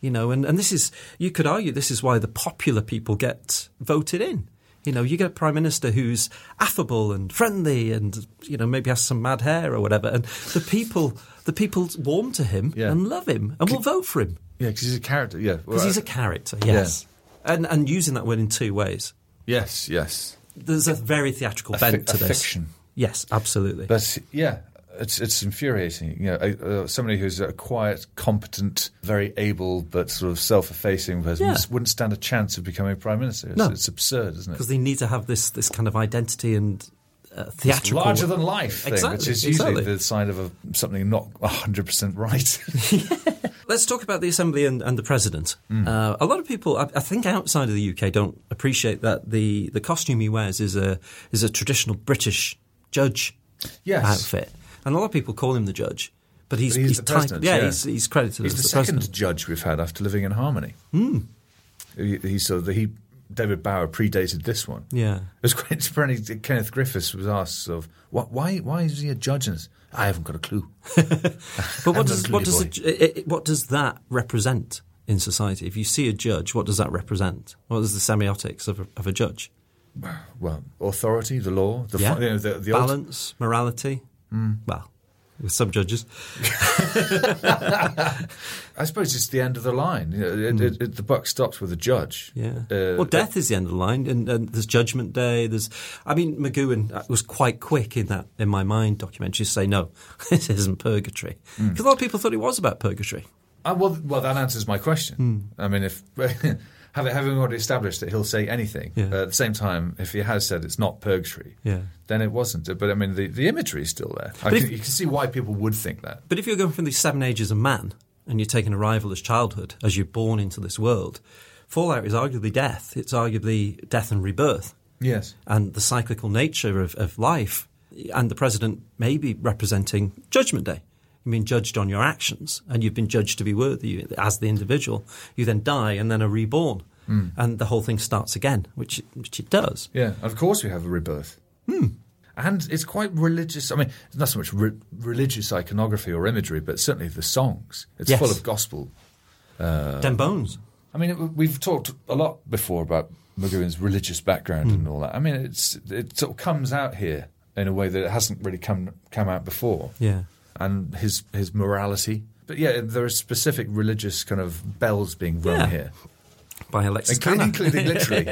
You know, and, and this is you could argue this is why the popular people get voted in. You know, you get a prime minister who's affable and friendly, and you know maybe has some mad hair or whatever, and the people the people warm to him Yeah. and love him and will vote for him Yeah, because he's a character. Yeah, because he's a character. Yes, and and using that word in two ways. yes, yes. There's a very theatrical fi- bent to a this. fiction. Yes, absolutely. But Yeah, it's it's infuriating. You know, uh, uh, somebody who's a quiet, competent, very able, but sort of self-effacing person Yeah. wouldn't stand a chance of becoming prime minister. It's, No. it's absurd, isn't it? because they need to have this this kind of identity and uh, theatrical larger than life thing, which Exactly, is usually exactly. the sign of a, something not 100% right. Let's talk about the assembly and, and the president. Mm. Uh, a lot of people, I, I think, outside of the UK, don't appreciate that the, the costume he wears is a is a traditional British judge Yes. outfit, and a lot of people call him the judge, but he's But he's he's, the type- president, yeah, yeah. He's, he's credited He's as the the, second president. Hmm. judge we've had after living in harmony. He, he sort of, he, David Bauer predated this one. Yeah. It was quite apparently Kenneth Griffiths was asked sort of "Wh- why why is he a judge? And it's, I haven't got a clue. But what I'm does not a what does silly a, ju- i- i- what does that represent in society? If you see a judge, what does that represent? What is the semiotics of a, of a judge? Well, authority, the law, the, Yeah. fi- you know, the, Hmm. the ult- Balance, morality. Well, with some judges. I suppose it's the end of the line. You know, it, it, it, the buck stops with the judge. Hmm. Yeah. Uh, well, death is the end of the line, and, and there's Judgment Day. There's, I mean, McGowan uh, was quite quick in that in my mind documentary to say no, this isn't purgatory Hmm. because a lot of people thought it was about purgatory. Hmm. Uh, well, well, that answers my question. I mean, if having, having already established that he'll say anything, Yeah. uh, at the same time, if he has said it's not purgatory, Yeah. then it wasn't. But I mean, the, the imagery is still there. I But can, if- you can see why people would think that. But if you're going from the seven ages of man and you're taking a rival as childhood, as you're born into this world, Fallout is arguably death. It's arguably death and rebirth Yes. and the cyclical nature of, of life. And the president may be representing Judgment Day. You've been judged on your actions and you've been judged to be worthy as the individual. You then die and then are reborn. And the whole thing starts again, which, which it does. Yeah, and of course we have a rebirth. Hmm. And it's quite religious. I mean, it's not so much re- religious iconography or imagery, but certainly the songs. It's Yes. full of gospel. Dem Bones. I mean, it, we've talked a lot before about Muguin's religious background Hmm. and all that. I mean, it's it sort of comes out here in a way that it hasn't really come come out before. Yeah. and his his morality. But yeah, there are specific religious kind of bells being rung Yeah. here, By Alexis including, Tanner. including literally.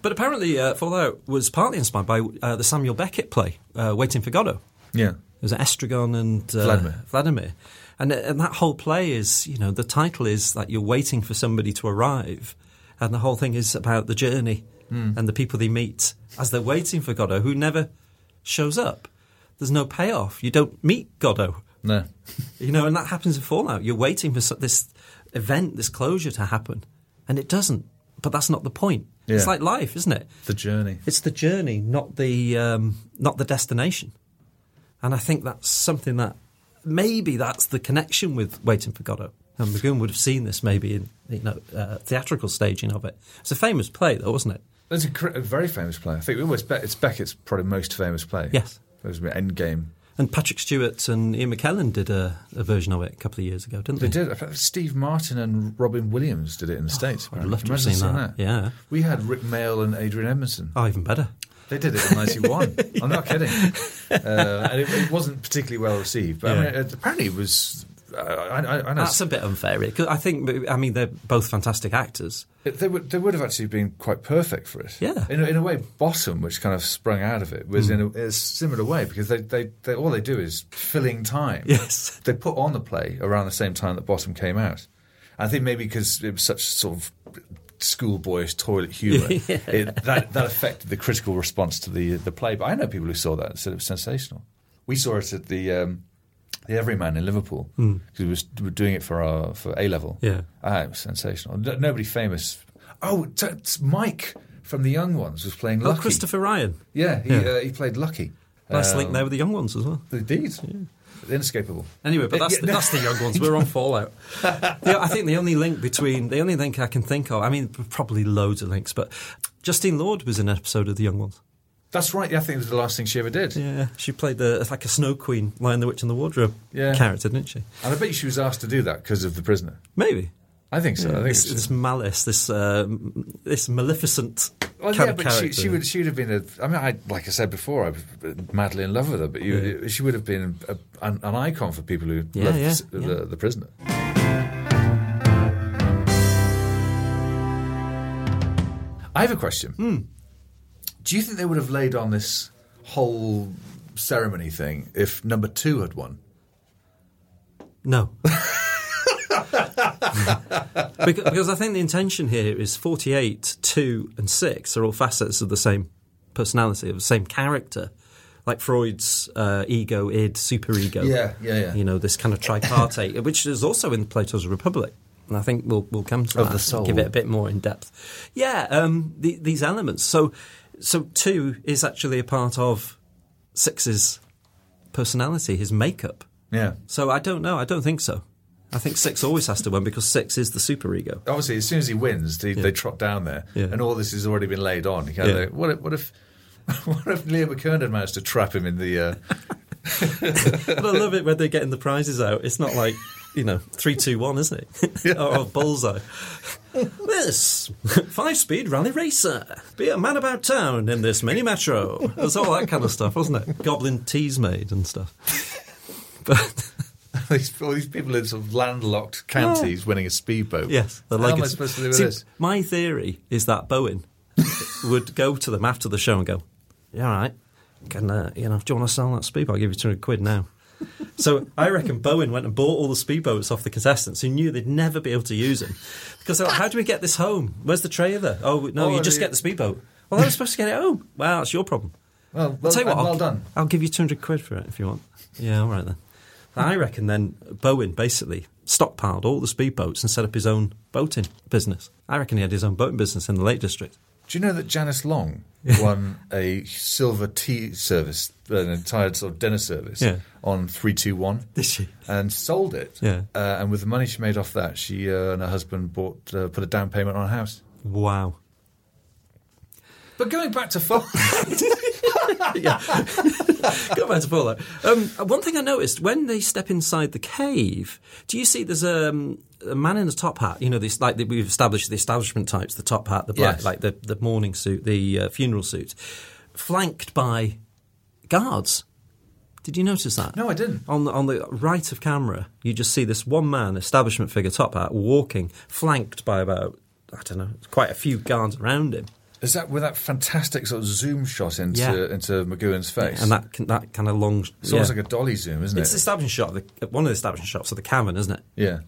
But apparently, uh, Fallout was partly inspired by uh, the Samuel Beckett play, uh, Waiting for Godot. yeah, There's Estragon and uh, Vladimir. Vladimir. And, and that whole play is, you know, the title is that you're waiting for somebody to arrive. And the whole thing is about the journey Hmm. and the people they meet as they're waiting for Godot, who never shows up. There's no payoff. You don't meet Godot. no, You know, and that happens in Fallout. You're waiting for so- this event, this closure to happen. And it doesn't. But that's not the point. It's Yeah. like life, isn't it? the journey. It's the journey, not the um, not the destination. And I think that's something that maybe that's the connection with Waiting for Godot. And Magoon would have seen this maybe in you know uh, theatrical staging of it. It's a famous play, though, wasn't it? That's a, cr- a very famous play. I think we always bet it's Beckett's probably most famous play. Yes. it was Endgame. And Patrick Stewart and Ian McKellen did a, a version of it a couple of years ago, didn't They they? did. I think Steve Martin and Robin Williams did it in the states. Oh, I'd apparently. love to Can have you seen imagine that. Yeah. we had Rick Mail and Adrian Edmondson. Oh, even better. They did it in '91. I'm not kidding. Uh, and it, it wasn't particularly well received, but I Yeah. mean, it, apparently it was. I, I, I know That's a bit unfair. It- 'cause I think, I mean, they're both fantastic actors. It- They would, they would have actually been quite perfect for it. Yeah. Hmm. In a, in a way, Bottom, which kind of sprung out of it, was in, a, a similar way because they, they, they all they do is filling time. Yes. They put on the play around the same time that Bottom came out. I think maybe because it was such sort of schoolboyish toilet humour, it, that, that affected the critical response to the the play. But I know people who saw that and said it was sensational. We saw it at the um, the Everyman in Liverpool because we, was- we were doing it for our for A level. Hmm. Yeah. Ah, it was sensational. No, nobody famous. Oh, t- it's Mike from The Young Ones was playing Oh, Lucky. Christopher Ryan. Yeah, he, Uh, he played Lucky. Nice Um, link there with the young ones as well. Indeed. Inescapable. Anyway, but Uh, that's, yeah, the, no. that's the young ones. We're on Fallout. The- I think the only link between the only link I can think of. I mean, probably loads of links, but Justine Lord was in an episode of the Young Ones. That's right. Yeah, I think it was the last thing she ever did. Yeah, she played the it's like a Snow Queen, Lion the Witch and the Wardrobe Yeah. character, didn't she? And I bet you she was asked to do that because of The Prisoner. Maybe. I think so. I think This, it's- this malice, this um, this maleficent Well, kind Oh, yeah, of but character. she, she would she would have been a. I mean, I, like I said before, I was madly in love with her, but you, she would have been a, an, an icon for people who Yeah, loved yeah, s- the, yeah. the prisoner. I have a question. Hmm. Do you think they would have laid on this whole ceremony thing if number two had won? No. because, because I think the intention here is 48, 2, and 6 are all facets of the same personality, of the same character. Like Freud's uh, ego, id, superego. Yeah, yeah, yeah. You know, this kind of tripartite, which is also in Plato's Republic. And I think we'll, we'll come to Of that, the soul. Give it a bit more in depth. Yeah, um, the, these elements. So, so 2 is actually a part of 6's personality, his makeup. Yeah. So I don't know. I don't think so. I think six always has to win because six is the superego. obviously, as soon as he wins, they, they trot down there, Yeah. and all this has already been laid on. You kind of Yeah. think, what if, what if, what if Leo McKern had managed to trap him in the? Uh, But I love it when they're getting the prizes out. It's not like, you know, three, two, one, isn't it? or, or bullseye. this five speed rally racer. Be a man about town in this mini metro. It's all that kind of stuff, wasn't it? Goblin teas made and stuff. But these, all these people in sort of landlocked counties winning a speedboat. yes, how they're like am I it's- supposed to do with See, this? My theory is that Bowen would go to them after the show and go, "Yeah, all right. Can uh, you know? Do you want to sell that speedboat? I'll give you two hundred quid now." So I reckon Bowen went and bought all the speedboats off the contestants who knew they'd never be able to use them. Because they're like, how do we get this home? Where's the trailer? Oh, no, Oh, you just the- get the speedboat. Well, I was supposed to get it home. Well, it's your problem. Well, I'll well- tell you what, well I'll- done. I'll give you 200 quid for it if you want. uh, Yeah, all right then. I reckon then Bowen basically stockpiled all the speedboats and set up his own boating business. I reckon he had his own boating business in the Lake District. Do you know that Janice Long? won a silver tea service, an entire sort of dinner service Yeah. on 321 Did she? and sold it. Yeah. Uh, and with the money she made off that, she uh, and her husband bought uh, put a down payment on a house. Wow. But going back to Fo- yeah. Go back to Fallout. Um, one thing I noticed when they step inside the cave, do you see there's a, um, a man in a top hat? You know, this like that we've established the establishment types: the top hat, the black, Yes. like the the mourning suit, the uh, funeral suit, flanked by guards. Did you notice that? No, I didn't. On the, on the right of camera, you just see this one man, establishment figure, top hat, walking, flanked by about I don't know, quite a few guards around him. Is that with that fantastic sort of zoom shot into Yeah. into McGowan's face? And that that kind of long, it's almost like a dolly zoom, isn't It's the it? establishing shot, of the, one of the establishing shots of the cavern, isn't it? yeah.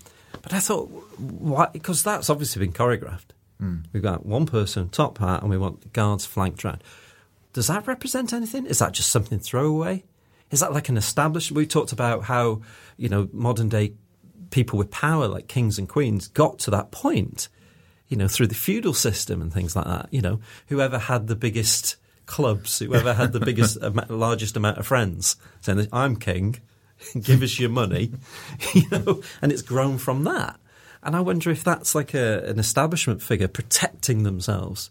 But I thought, why? Because that's obviously been choreographed. We've got one person top hat, and we want the guards flanked round. Does that represent anything? Is that just something throwaway? Is that like an establishment? We talked about how you know modern day people with power, like kings and queens, got to that point. You know, through the feudal system and things like that. You know, whoever had the biggest clubs, whoever had the biggest, ama- largest amount of friends, saying, "I'm king." give us your money, you know, and it's grown from that. And I wonder if that's like a, an establishment figure protecting themselves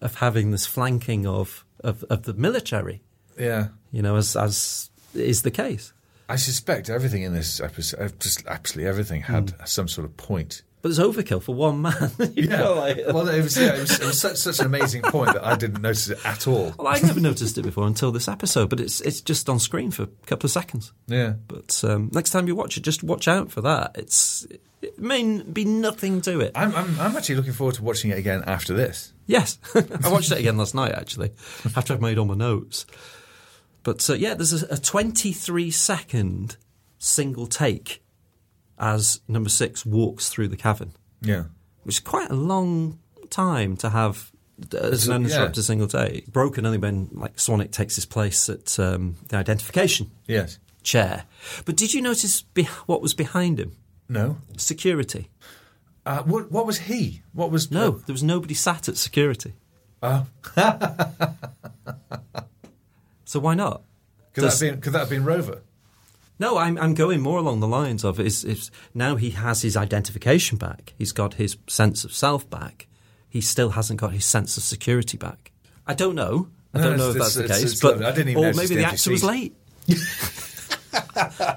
of having this flanking of, of, of the military, Yeah. you know, as, as is the case. I suspect everything in this episode, uh, just absolutely everything, had Hmm. some sort of point. But it's overkill for one man. you know, like- well, it was, yeah, it was, it was such, such an amazing point that I didn't notice it at all. well, I never noticed it before until this episode, but it's it's just on screen for a couple of seconds. Yeah. But um, next time you watch it, just watch out for that. It's it may be nothing to it. I'm, I'm, I'm actually looking forward to watching it again after this. Yes, I watched it again last night actually, after I've made all my notes. But uh, yeah, there's a, a 23 second single take as number six walks through the cavern, Yeah. which is quite a long time to have uh, as an a- uninterrupted yeah. single take. Broken only when like Sonic takes his place at um, the identification Yes. chair. But did you notice be- what was behind him? No. Security. Uh, what, what was he? What was No, there was nobody sat at security. Oh. so why not? Could that, have been, could that have been Rover? No, I'm, I'm going more along the lines of is, is now he has his identification back. He's got his sense of self back. He still hasn't got his sense of security back. I don't know. I No, don't it's- know if that's it's- the it's- case. it's but lovely. I didn't even or notice maybe the the actor was NPCs. late.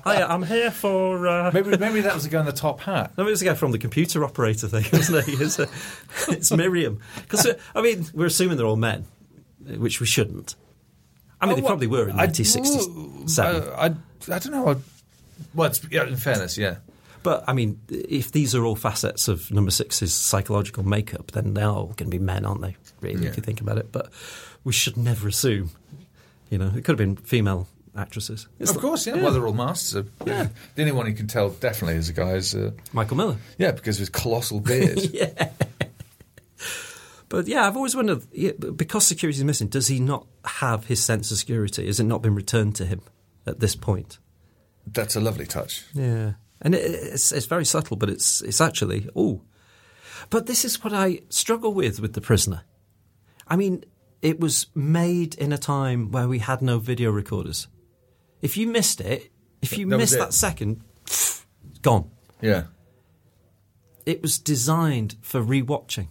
Hi, I'm here for. Uh... Maybe, maybe that was the guy in the top hat. No, it was the guy from the computer operator thing, wasn't it? It's, uh, it's Miriam. Because, I mean, we're assuming they're all men, which we shouldn't. I mean, they probably were in Oh, I- 1967. I, I, uh, I don't know. I, well, it's, yeah, in fairness, yeah. but, I mean, if these are all facets of number six's psychological makeup, then they are all going to be men, aren't they? Really, if you think about it. But we should never assume. You know, it could have been female actresses. It's of like course, yeah. Well, they're all masters. So The only one you can tell definitely is the guy is, uh, Michael Miller. yeah, because of his colossal beard. But yeah, I've always wondered yeah, because security is missing, does he not have his sense of security? Has it not been returned to him at this point? That's a lovely touch. Yeah, and it, it's it's very subtle, but it's it's actually oh. But this is what I struggle with with the prisoner. I mean, it was made in a time where we had no video recorders. If you missed it, if you That was missed it. that second, gone Yeah. it was designed for rewatching.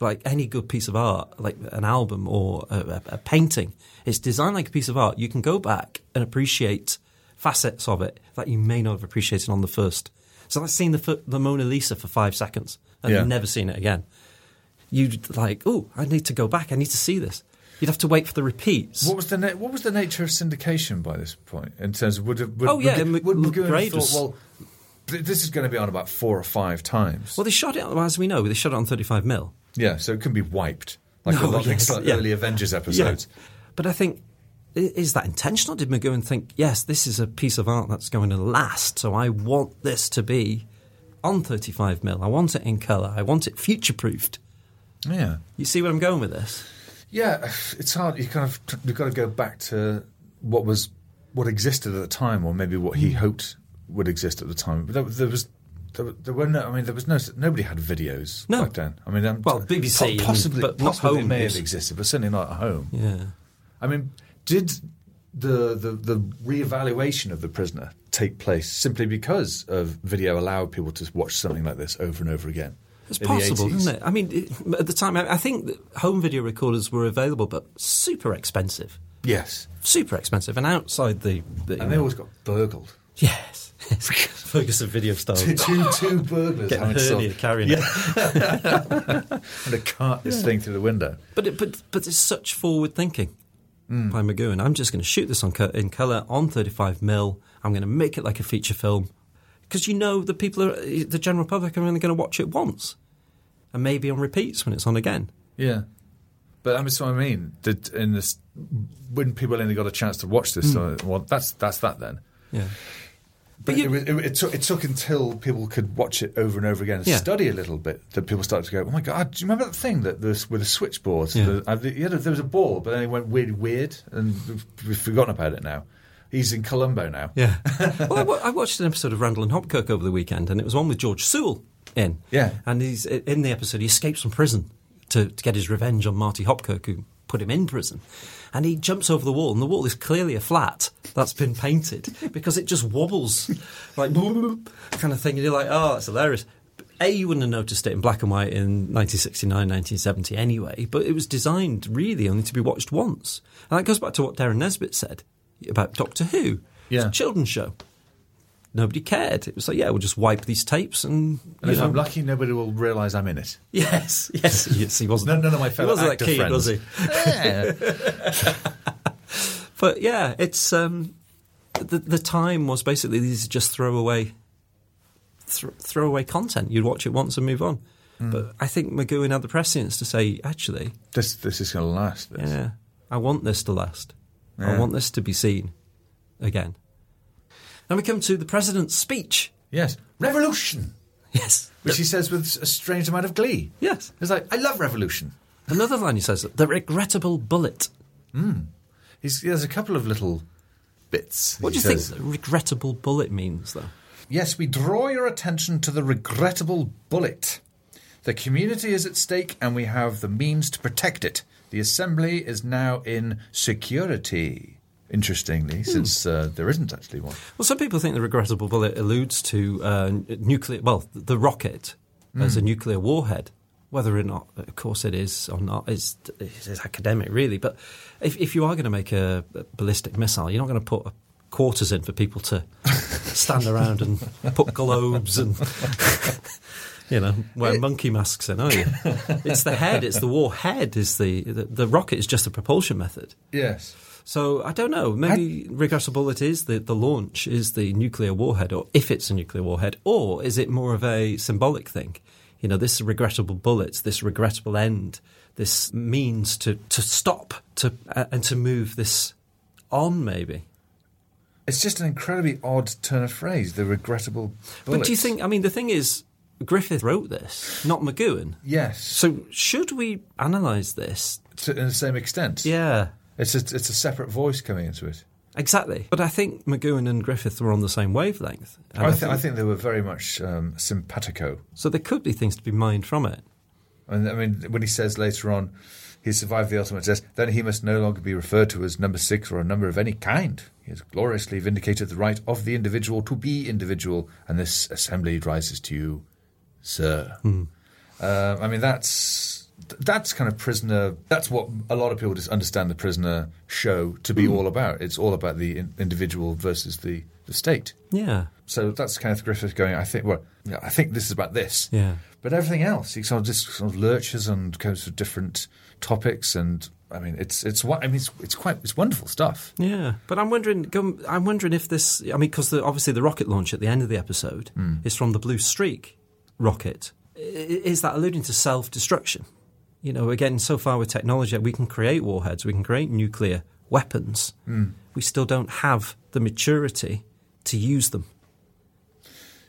Like any good piece of art, like an album or a, a, a painting, it's designed like a piece of art. You can go back and appreciate facets of it that you may not have appreciated on the first. So I've seen the, fir- the Mona Lisa for five seconds and Yeah. never seen it again. You'd like, oh, I need to go back. I need to see this. You'd have to wait for the repeats. What was the na- what was the nature of syndication by this point in terms of would would, Oh, yeah, would, Mc- would McGowan have McGrade thought was- well th- this is going to be on about four or five times. Well, they shot it, as we know, they shot it on 35 mil. yeah, so it can be wiped like No, a lot Oh, yes, of like yeah. early Avengers episodes. Yeah. But I think i- is that intentional? Did McGowan think, yes, this is a piece of art that's going to last, so I want this to be on 35 mil. I want it in colour. I want it future proofed. Yeah. You see where I'm going with this? Yeah. It's hard. You kind of you've got to go back to what was what existed at the time, or maybe what he Hmm. hoped would exist at the time. But there, there was. There, were- there were no. I mean, there was no. Nobody had videos No. back then. I mean, um, Well, BBC and- possibly, but not possibly they may homes. have existed, but certainly not at home. Yeah. I mean, did the, the the reevaluation of the prisoner take place simply because of video allowed people to watch something like this over and over again? It's in the possible, 80s? isn't it? I mean, it, at the time, I, I think that home video recorders were available, but super expensive. Yes, Super expensive. And outside the. the and they always got burgled. Yes. Ferguson Video Star. Two two two burglars Getting having to sort hernia of- carrying it. having to cart this thing through the window. But it, but but it's such forward thinking by McGowan. I'm just going to shoot this on co- in color on 35 mil. I'm going to make it like a feature film because you know the people are eh, the general public are only going to watch it once and maybe on repeats when it's on again. Yeah. But I mean, that's what I mean. Did, in this, when people only got a chance to watch this, uh, well, that's that's that then. Yeah. But you- it, was, it, it, took, it took until people could watch it over and over again and Yeah. study a little bit that people started to go, oh my God, do you remember that thing that this, with the switchboard? Yeah. The, uh, the, you know, there was a ball, but then it went weird, weird, and we've, we've forgotten about it now. He's in Colombo now. Yeah. well, I wa- I watched an episode of Randall and Hopkirk over the weekend, and it was one with George Sewell in. Yeah. And he's in the episode. He escapes from prison to, to get his revenge on Marty Hopkirk, who put him in prison. And he jumps over the wall, and the wall is clearly a flat that's been painted because it just wobbles, like kind of thing. And you're like, oh, that's hilarious. A, you wouldn't have noticed it in black and white in 1969, 1970 anyway, but it was designed really only to be watched once. And that goes back to what Darren Nesbitt said about Doctor Who. It's Yeah. a children's show. Nobody cared. It was like, yeah, we'll just wipe these tapes and. And you if know. I'm lucky, nobody will realise I'm in it. Yes, yes, yes. He wasn't. None, none of my he fellow wasn't actor that keen, friends. was he? Yeah. But yeah, it's um, the the time was basically these are just throwaway, th- throwaway content. You'd watch it once and move on. Hmm. But I think McGowan had the prescience to say, actually, this this is going to last. This. yeah, I want this to last. I Yeah. want this to be seen again. Then we come to the president's speech. Yes. Revolution, Yes, which he says with a strange amount of glee. yes. He's like, I love revolution. Another line he says, the regrettable bullet. He's, there's a couple of little bits. What do he you says. think the regrettable bullet means, though? Yes, we draw your attention to the regrettable bullet. The community is at stake and we have the means to protect it. The assembly is now in security. Interestingly, Hmm. since uh, there isn't actually one. Well, some people think the regrettable bullet alludes to uh, n- nuclear, well, the rocket as a nuclear warhead. Whether or not, of course, it is or not, is, is academic, really. But if, if you are going to make a, a ballistic missile, you're not going to put quarters in for people to stand around and put globes and, you know, wear monkey masks in, are you? It's the head, it's the warhead, is the, the, the rocket is just a propulsion method. Yes. So I don't know. Maybe regrettable it is that the launch is the nuclear warhead, or if it's a nuclear warhead, or is it more of a symbolic thing? You know, this regrettable bullet, this regrettable end, this means to to stop to uh, and to move this on, maybe. It's just an incredibly odd turn of phrase, the regrettable bullet. But do you think? I mean, the thing is, Griffith wrote this, not McGowan. Yes. So should we analyse this? To, in the same extent. Yeah. It's a, it's a separate voice coming into it. Exactly. But I think McGowan and Griffith were on the same wavelength. And I, th- I think they were very much um, simpatico. so there could be things to be mined from it. And I mean, when he says later on, he survived the ultimate test, then he must no longer be referred to as number six or a number of any kind. He has gloriously vindicated the right of the individual to be individual, and this assembly rises to you, sir. Uh, I mean, that's that's kind of prisoner. That's what a lot of people just understand the prisoner show to be all about. It's all about the in- individual versus the, the state. Yeah. So that's Kenneth Griffith going. I think. Well, yeah, I think this is about this. Yeah. But everything else, he sort of just sort of lurches and goes to different topics, and I mean, it's it's wa- I mean, it's, it's quite it's wonderful stuff. Yeah, but I'm wondering. gum- I'm wondering if this. I mean, because obviously the rocket launch at the end of the episode is from the Blue Streak rocket. I- Is that alluding to self-destruction? You know, again, so far with technology, we can create warheads, we can create nuclear weapons, we still don't have the maturity to use them.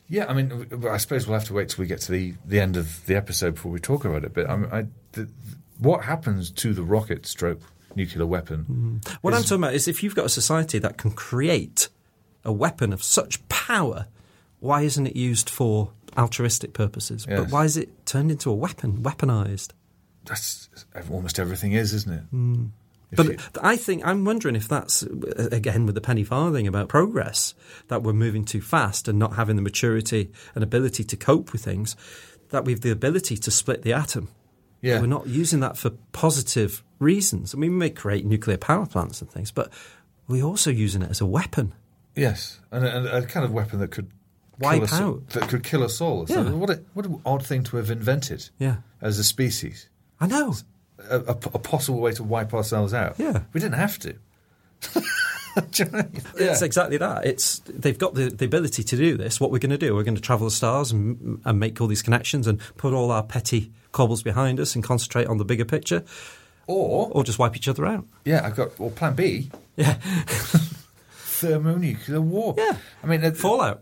Yeah, I mean, w- w- I suppose we'll have to wait till we get to the, the end of the episode before we talk about it. But I, mean, I, the, what happens to the rocket stroke nuclear weapon? What I'm talking about is if you've got a society that can create a weapon of such power, why isn't it used for altruistic purposes? But Yes. why is it turned into a weapon, weaponized? That's almost everything is, isn't it? If Mm. But you- I think I'm wondering if that's uh, again with the penny farthing about progress that we're moving too fast and not having the maturity and ability to cope with things. That we've the ability to split the atom. Yeah. We're not using that for positive reasons. I mean, we may create nuclear power plants and things, but we're also using it as a weapon. Yes, and a, and a kind of weapon that could Wipe kill us, all- out. that could kill us all. It's Yeah. like, what a, what an odd thing to have invented. Yeah. as a species, I know. a, a p- a possible way to wipe ourselves out. Yeah. we didn't have to. Do you know what I mean? It's exactly that. It's they've got the, the ability to do this. What we're going to do? We're going to travel the stars and, and make all these connections and put all our petty cobbles behind us and concentrate on the bigger picture, Or or just wipe each other out. yeah, I've got. Well, Plan B. Yeah, Thermonuclear war. Yeah. I mean, it, fallout.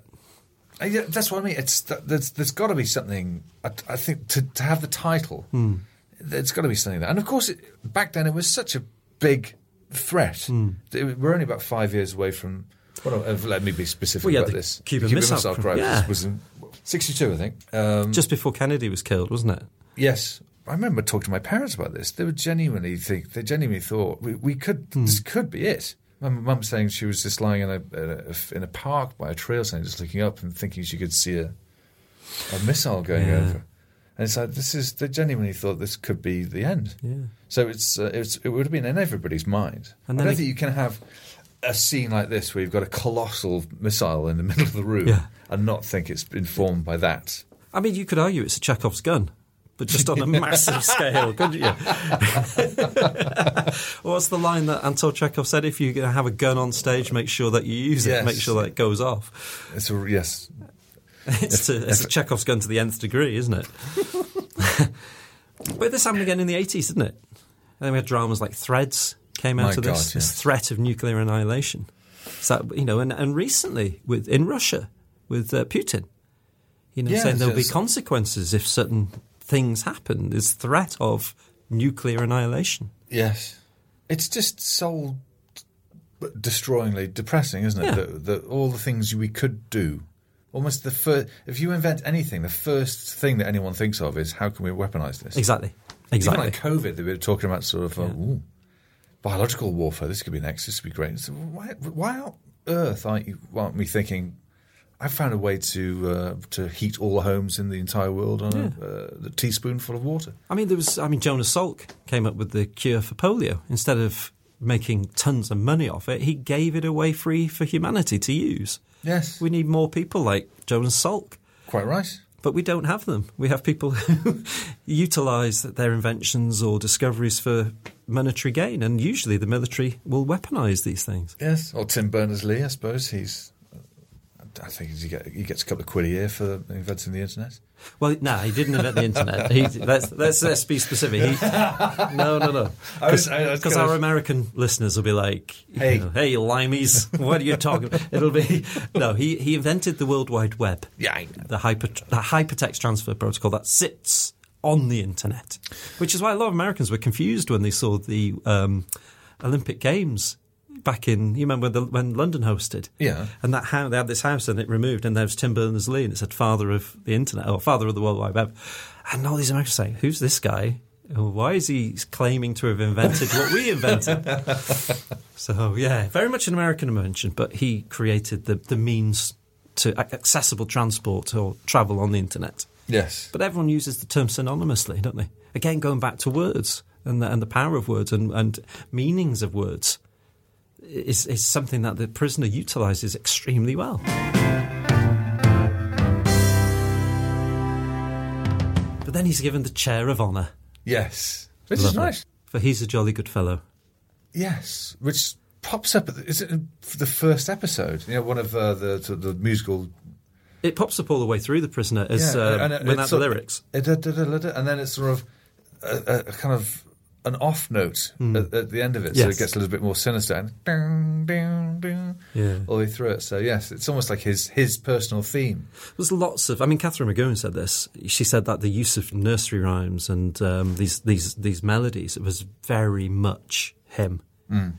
Uh, Yeah, that's what I mean. It's th- there's there's got to be something. I, I think to to have the title, Hmm. there's got to be something there. And of course, it, back then it was such a big threat. Hmm. that it- we're only about five years away from. Well, uh, let me be specific Well, yeah, about the this. Cuban Missile Crisis. crisis Yeah. was in '62, I think. Um, Just before Kennedy was killed, wasn't it? yes, I remember talking to my parents about this. They were genuinely think they genuinely thought we, we could Hmm. this could be it. My mum saying she was just lying in a, in a in a park by a trail, or something, just looking up and thinking she could see a a missile going Yeah. over. And it's like this is they genuinely thought this could be the end. Yeah. So it's, uh, it's it would have been in everybody's mind. And then I don't it- think you can have a scene like this where you've got a colossal missile in the middle of the room Yeah. and not think it's informed by that. I mean, you could argue it's a Chekhov's gun, but just on a massive scale, couldn't you? What's the line that Anton Chekhov said? If you're going to have a gun on stage, make sure that you use it, Yes. make sure that it goes off. It's a, yes, It's, a, it's a Chekhov's gun to the nth degree, isn't it? but this happened again in the 80s, didn't it? And then we had dramas like Threads came out My of this, God, this yes. threat of nuclear annihilation. So, you know, and, and recently with in Russia with uh, Putin, you know, Yes, saying there'll be yes. consequences if certain things happen. This threat of nuclear annihilation. Yes. It's just soul d- destroyingly depressing, isn't it? Yeah. That, that all the things we could do, almost the first, if you invent anything, the first thing that anyone thinks of is how can we weaponize this? Exactly. Exactly. Even like COVID, they were talking about sort of uh, ooh, biological warfare. This could be next. This could be great. So why, why on earth aren't you? why Aren't we thinking? I found a way to uh, to heat all homes in the entire world on a, uh, a teaspoonful of water. I mean, there was. I mean, Jonas Salk came up with the cure for polio. Instead of making tons of money off it, he gave it away free for humanity to use. Yes, We need more people like Jonas Salk, quite right. but we don't have them. We have people who utilize their inventions or discoveries for monetary gain, and usually the military will weaponize these things. Yes, or Tim Berners Lee, I suppose. He's, I think he, get, he gets a couple of quid a year for inventing the internet. Well, no, he didn't invent the internet. He, let's, let's, let's be specific. He, no, no, no. I was- I was Because gonna- our American listeners will be like, Hey. hey, hey, you limeys, what are you talking about? It'll be, no, he, he invented the World Wide Web, Yeah, I know. the, hyper, the hypertext transfer protocol that sits on the internet, which is why a lot of Americans were confused when they saw the um, Olympic Games back in, you remember the, when London hosted? Yeah. And that how they had this house and it removed, and there was Tim Berners Lee, and it said "Father of the Internet" or "Father of the World Wide Web," and all these Americans saying, "Who's this guy? Why is he claiming to have invented what we invented?" so yeah, very much an American invention, but he created the the means to ac- accessible transport or travel on the internet. Yes. But everyone uses the term synonymously, don't they? Again, going back to words and the, and the power of words and, and meanings of words is, is something that the prisoner utilizes extremely well. But then he's given the chair of honor. Yes. Which is Lovely. nice. For he's a jolly good fellow. Yes. Which pops up, at the, is it in the first episode? You know, one of uh, the, the, the musical. It pops up all the way through the prisoner as Yeah, uh, and it- it's without the sort of- lyrics. And then it's sort of a, a, a kind of an off note at, at the end of it, so Hmm. Yes. it gets a little bit more sinister and ding, ding, ding, Yeah. all the way through it. So yes, it's almost like his his personal theme. There's lots of. I mean, Catherine McGowan said this. She said that the use of nursery rhymes and um, these these these melodies it was very much him. Mm.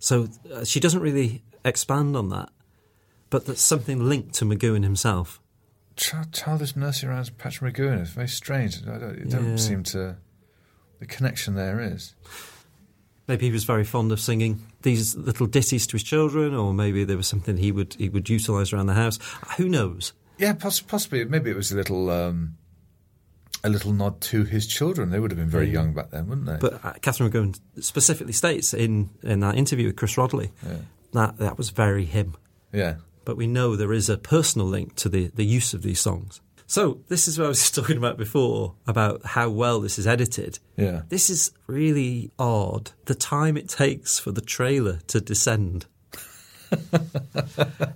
So uh, she doesn't really expand on that, but that's something linked to McGowan himself. Child, childish nursery rhymes, of Patrick McGowan. It's very strange. I don't, it Yeah. don't seem to. The connection there is. Maybe he was very fond of singing these little ditties to his children, or maybe there was something he would he would utilise around the house. Who knows? Yeah, poss- possibly. Maybe it was a little, um, a little nod to his children. They would have been very young back then, wouldn't they? But uh, Catherine McGowan specifically states in in that interview with Chris Rodley that that was very him. yeah, but we know there is a personal link to the, the use of these songs. So this is what I was talking about before about how well this is edited. yeah. This is really odd. The time it takes for the trailer to descend.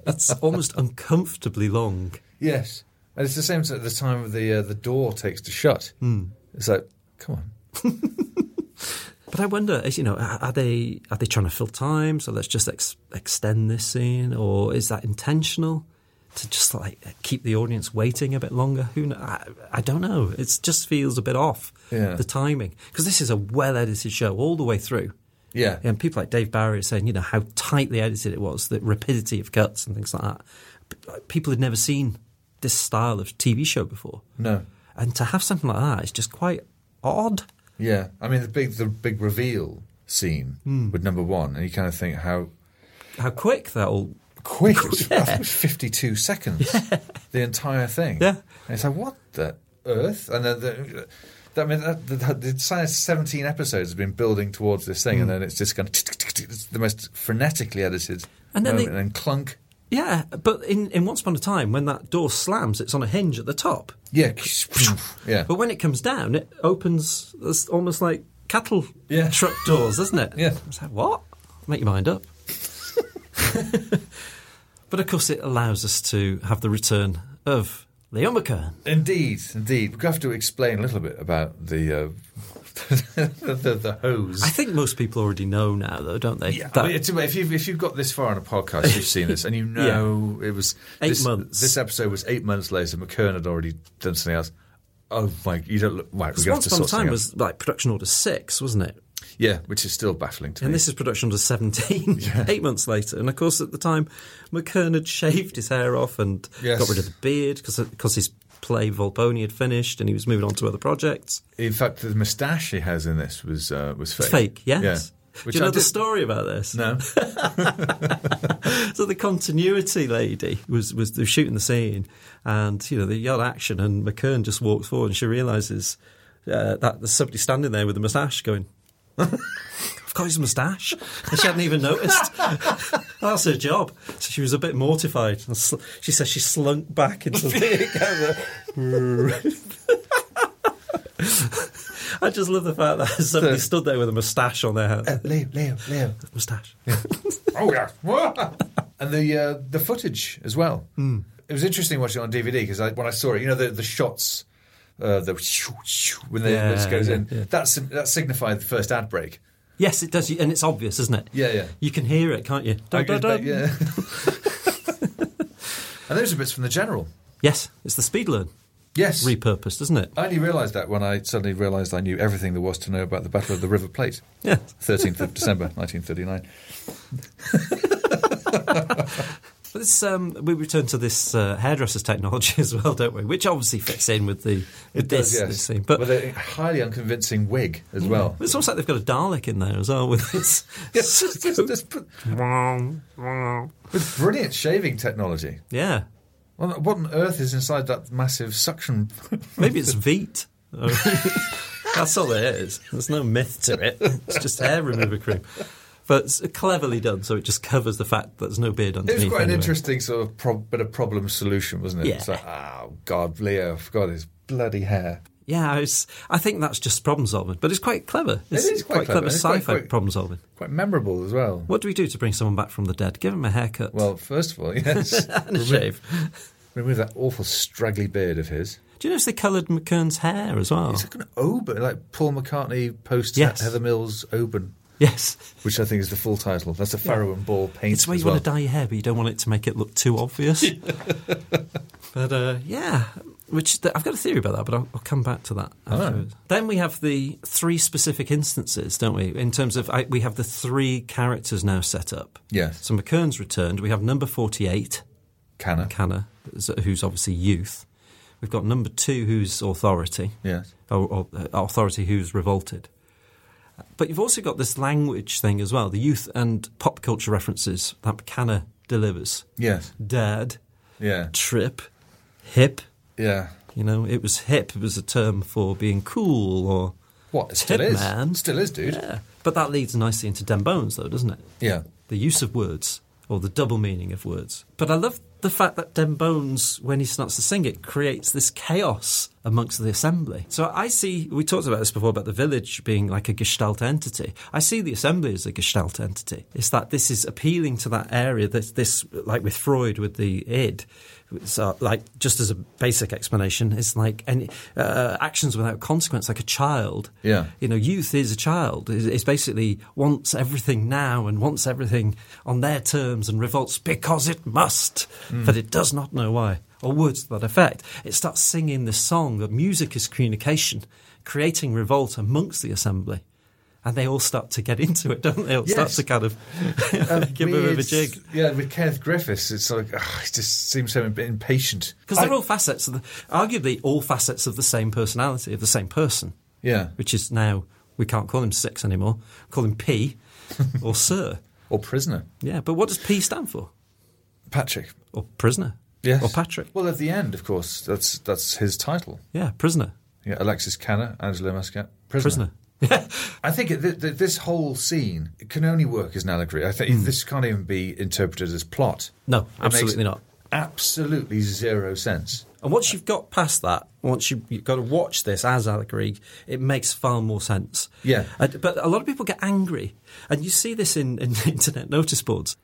it's almost uncomfortably long. Yes, and it's the same at the time of the uh, the door takes to shut. Hmm. Mm. It's like, come on, But I wonder, is, you know, are are they are they trying to fill time? So let's just ex- extend this scene, or is that intentional to just like keep the audience waiting a bit longer? Who kn- I, I don't know. It just feels a bit off Yeah. the timing because this is a well edited show all the way through. yeah, And people like Dave Barry are saying, you know, how tightly edited it was, the rapidity of cuts and things like that. But, like, people had never seen this style of TV show before, no, and to have something like that is just quite odd. yeah. I mean, the big the big reveal scene Hmm. with number one, and you kind of think how How quick that all quick. It was, I think it was fifty-two seconds. The entire thing. Yeah. And it's like what the earth? And then the. that- I mean, that, the, the entire 17 episodes have been building towards this thing, and Hmm. then it's just kind of it's the most frenetically edited And then they- moment, and then clunk. Yeah, but in, in Once Upon a Time, when that door slams, it's on a hinge at the top. Yeah. yeah. But when it comes down, it opens it's almost like cattle Yeah. truck doors, doesn't it? Yeah. It's like, what? Make your mind up. but of course, it allows us to have the return of Leo McKern. Indeed, indeed. We have to explain a little bit about the uh, the, the, the hose. I think most people already know now, though, don't they? Yeah, That- I mean, it's- if you've if you've got this far on a podcast, you've seen this, and you know it was Eight this, months. This episode was eight months later. McKern had already done something else. Oh my! You don't look right. We're going Once to Upon a Time sort something was like production order six, wasn't it? out. yeah, which is still baffling to And me. this is production number 17, eight months later. And of course, at the time, McKern had shaved his hair off and Yes. got rid of the beard because his play Volpone had finished and he was moving on to other projects. in fact, the moustache he has in this was uh, was fake. Fake, yes. Yeah. Do you know I the did- story about this? No. So the continuity lady was was they were shooting the scene, and you know they yell action, and McKern just walks forward, and she realizes uh, that there's somebody standing there with a moustache, going, "I've got his moustache," and she hadn't even noticed. That's her job. So she was a bit mortified. And sl- she says she slunk back into the camera. I just love the fact that somebody stood there with a moustache on their head. Leo, Leo, Leo. Moustache. Oh yeah, and the uh, the footage as well. Hmm. Mm. It was interesting watching it on DVD because I, when I saw it, you know the the shots, uh, the shoo, shoo, when the Yeah, this goes yeah, in, yeah. that sim- that signified the first ad break. Yes, it does, and it's obvious, isn't it? Yeah, yeah. You can hear it, can't you? I Dun, dun, guess that- dun. yeah. and those are bits from the general. Yes, it's the speed learn Yes. repurposed, isn't it? I only realised that when I suddenly realised I knew everything there was to know about the Battle of the River Plate, Yeah. 13th of December 1939. But this, um, we return to this uh, hairdresser's technology as well, don't we? Which obviously fits in with the with this, Yes. this scene. But, With a highly unconvincing wig as well. it's almost like they've got a Dalek in there as well with this. Yes, just- just- just put- with brilliant shaving technology. yeah. Well, what on earth is inside that massive suction? Maybe it's Veet. That's all it is. There's no myth to it. It's just hair remover cream. But it's cleverly done, so it just covers the fact that there's no beard It underneath. was quite an anyway. interesting sort of prob bit of problem solution, wasn't it? Yeah. It's like, oh, God, Leo, I forgot his bloody hair. Yeah, it's, I think that's just problem solving, but it's quite clever. It's is quite clever. It's sci-fi quite quick. problem solving. Quite memorable as well. What do we do to bring someone back from the dead? Give him a haircut Well, first of all, yes. and a shave. Remove that awful straggly beard of his. Do Do you notice they coloured McKern's hair as well? It's It's like an Oban, like Paul McCartney post Yes. Heather Mills Oban, yes. which I think is the full title. That's a Farrow and Ball paint. It's where as you well. want to dye your hair, but you don't want it to make it look too obvious. but uh, yeah, which th- I've got a theory about that, but I'll, I'll come back to that. afterwards. Then we have the three specific instances, don't we? In terms of I, we have the three characters now set up. Yes, So McKern's returned. We have number forty-eight, Canna. Canna, who's obviously youth. We've got number two, who's authority Yes. or, or uh, authority who's revolted. But you've also got this language thing as well, the youth and pop culture references that Canna delivers. Yes. Dad, Yeah. trip, hip. Yeah. You know, it was hip. It was a term for being cool or What? It still Tip is. man. Still is, dude. yeah. But that leads nicely into Den Bones, though, doesn't it? Yeah. The use of words or the double meaning of words. But I love the fact that Den Bones, when he starts to sing it, creates this chaos amongst the assembly. So I see, we talked about this before about the village being like a gestalt entity. I see the assembly as a gestalt entity. It's that this is appealing to that area, this, this like with Freud, with the id. So, like, just as a basic explanation, it's like any uh, actions without consequence, like a child Yeah. you know, youth is a child. It's it's basically wants everything now and wants everything on their terms and revolts because it must, Hmm. but it does not know why, or words to that effect. It starts singing this song that music is communication, creating revolt amongst the assembly. And they all start to get into it, don't they? All start Yes. to kind of give a Me, bit of a it's- jig. Yeah, with Kenneth Griffiths, it's like, ugh, it just seems so impatient. Because they're all facets of the, arguably all facets of the same personality, of the same person. Yeah. Which is now, we can't call him six anymore, call him P or Sir. Or prisoner. Yeah, but what does P stand for? Patrick. Or prisoner? Yes. Or Patrick? Well, at the end, of course, that's that's his title. Yeah, prisoner. Yeah, Alexis Canna, Angela Muscat. Prisoner. Prisoner. I think th- th- this whole scene can only work as an allegory. I think this can't even be interpreted as plot. No, It makes Hmm. absolutely not. Absolutely zero sense. And once you've got past that, once you, you've got to watch this as allegory, it makes far more sense. Yeah. And- but a lot of people get angry. And you see this in, in internet notice boards.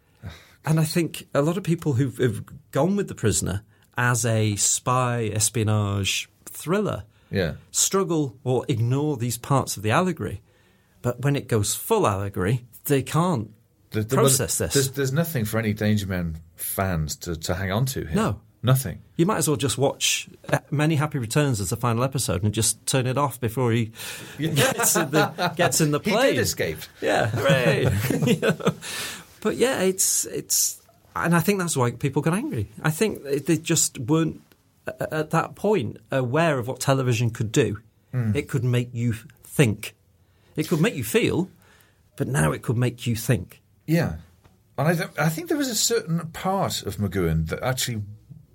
And I think a lot of people who've, who've gone with The Prisoner as a spy espionage thriller Yeah. struggle or ignore these parts of the allegory. But when it goes full allegory, they can't The- the- process this. There's, there's nothing for any Danger Man fans to, to hang on to here. No. Nothing. You might as well just watch uh, Many Happy Returns as the final episode and just turn it off before he gets in the, gets in the He plane. did escape. Yeah, hooray! You know? But yeah, it's it's, and I think that's why people got angry. I think they- they just weren't uh, at that point aware of what television could do. Hmm. It could make you think, it could make you feel, but now it could make you think. Yeah. And I, th- I think there was a certain part of Magooan that actually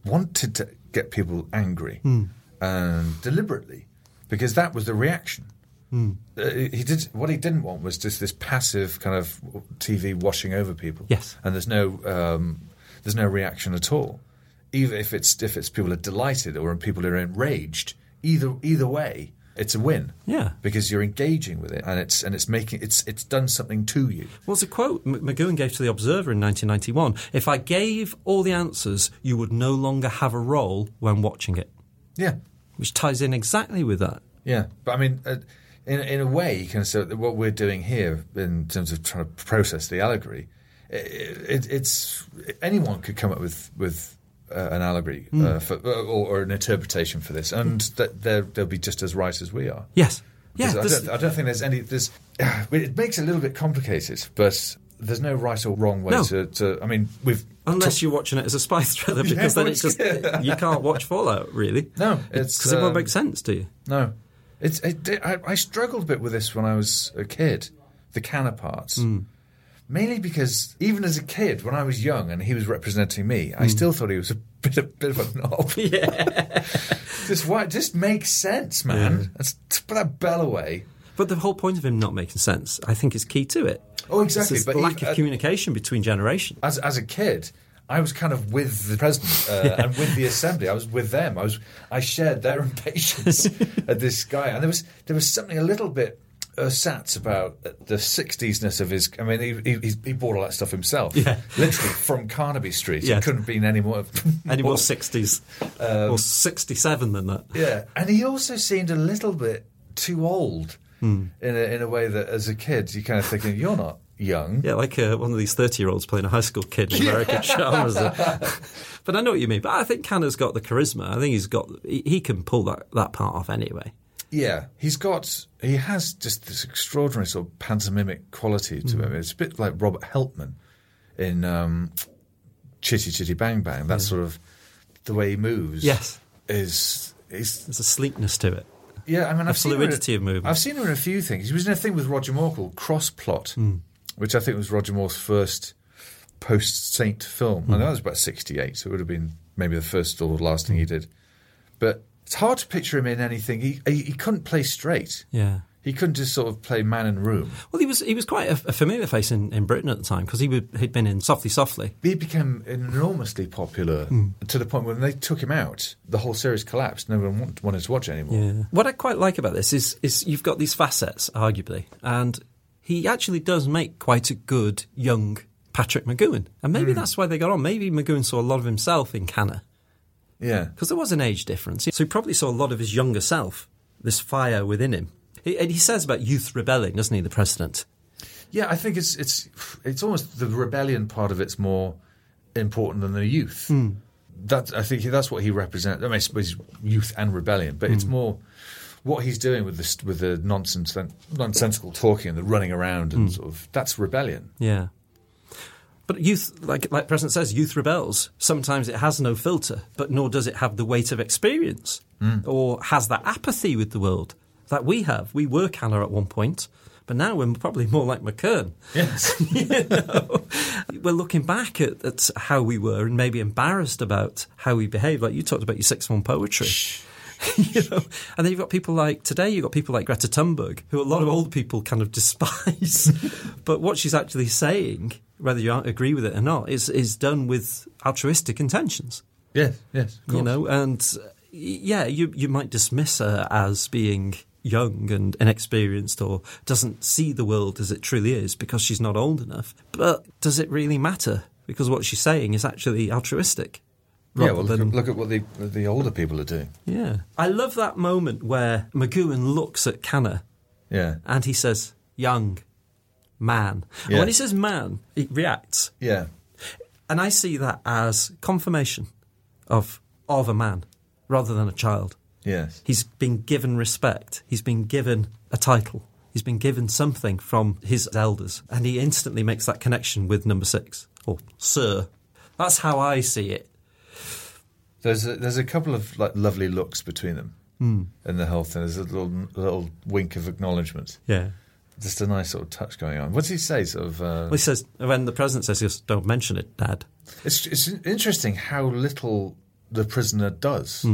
wanted to get people angry Hmm. um, deliberately because that was the reaction. Hmm. Uh, he did what he didn't want was just this passive kind of TV washing over people. Yes. and there's no um, there's no reaction at all. Even if it's if it's people are delighted or people are enraged, either either way, it's a win. Yeah. because you're engaging with it and it's and it's making it's it's done something to you. What's a quote M- McGowan gave to The Observer in 1991? If I gave all the answers, you would no longer have a role when watching it, Yeah, which ties in exactly with that. Yeah, but I mean, uh, in in a way, you can say that what we're doing here in terms of trying to process the allegory, i it, it's anyone could come up with with uh, an allegory Hmm. uh, for, or, or an interpretation for this, and that they're- they'll be just as right as we are. Yes. Yeah, Because this- I, don't, I don't think there's any. There's, it makes it a little bit complicated, but there's no right or wrong way No. to, to. I mean, we've Unless you're watching it as a spy thriller, because then it's just you can't watch Fallout really. No, it's, because it won't um, make sense to you. No, it's it, it- I, I struggled a bit with this when I was a kid, the canna parts, mainly because even as a kid, when I was young and he was representing me, I still thought he was a bit, a bit of a knob. Yeah, just why? Just makes sense, man. Let's t- put that bell away. but the whole point of him not making sense, I think, is key to it. Oh, exactly, It's this but lack he- of uh, communication between generations. As as a kid. I was kind of with the president uh, and with the assembly. I was with them. I was. I shared their impatience at this guy, and there was there was something a little bit ersatz about the 60s-ness of his. I mean, he, he, he bought all that stuff himself. Yeah. Literally from Carnaby Street. Yeah. It couldn't have been any more. Any more 60s Um, or 67 than that? Yeah, and he also seemed a little bit too old Hmm. in, a, in a way that, as a kid, you kind of thinking you're not young. Yeah, like uh, one of these 30 year olds playing a high school kid in American Charm. is it? but I know what you mean. But I think Canna's got the charisma. I think he's got, he, he can pull that, that part off anyway. Yeah, he's got he has just this extraordinary sort of pantomimic quality to Hmm. him. It's a bit like Robert Helpman in um, Chitty Chitty Bang Bang. That sort of the way he moves. Yes. is is There's a sleekness to it. Yeah, I mean, I've seen fluidity him of in a- movement. I've seen him in a few things. He was in a thing with Roger Moore called Cross Plot, Hmm. which I think was Roger Moore's first post Saint film. Hmm. I know that was about '68, so it would have been maybe the first or the last thing Hmm. he did. But it's hard to picture him in anything. He he, he couldn't play straight. Yeah. He couldn't just sort of play man in room. Well, he was he was quite a, a familiar face in, in Britain at the time because he would, he'd been in Softly Softly. He became enormously popular to the point when they took him out, the whole series collapsed. No one want- wanted to watch it anymore. What I quite like about this is is you've got these facets, arguably, and he actually does make quite a good young Patrick McGowan, and maybe that's why they got on. Maybe McGowan saw a lot of himself in Canna yeah. because there was an age difference, so he probably saw a lot of his younger self, this fire within him. He, and he says about youth rebelling, doesn't he, the president? Yeah, I think it's it's it's almost the rebellion part of it's more important than the youth. That I think that's what he represents. I mean, I suppose youth and rebellion, but it's more what he's doing with the with the nonsense nonsensical talking and the running around and sort of that's rebellion. Yeah. But youth, like like President says, youth rebels. Sometimes it has no filter, but nor does it have the weight of experience, or has that apathy with the world that we have. We were Canner at one point, but now we're probably more like McKern. Yes, You know? we're looking back at, at how we were and maybe embarrassed about how we behaved. Like you talked about your sixth form poetry. you know, and then you've got people like today. You've got people like Greta Thunberg, who a lot of old people kind of despise. but what she's actually saying, whether you agree with it or not, is is done with altruistic intentions. yes, yes. of You course. know, and uh, yeah, you you might dismiss her as being young and inexperienced or doesn't see the world as it truly is because she's not old enough. But does it really matter? Because what she's saying is actually altruistic. Yeah, rather well, look, than- at- look at what the the older people are doing. yeah. I love that moment where McGowan looks at Canna Yeah, and he says, young, man. And Yeah. when he says man, he reacts. yeah, And I see that as confirmation of, of a man rather than a child. yes, He's been given respect. He's been given a title. He's been given something from his elders. And he instantly makes that connection with number six or sir. That's how I see it. There's a, there's a couple of like lovely looks between them in the whole thing. There's a little little wink of acknowledgement. Yeah. Just a nice sort of touch going on. What does he say? Sort of, uh, Well, he says, when the president says, he goes, don't mention it, Dad. it's it's interesting how little the prisoner does.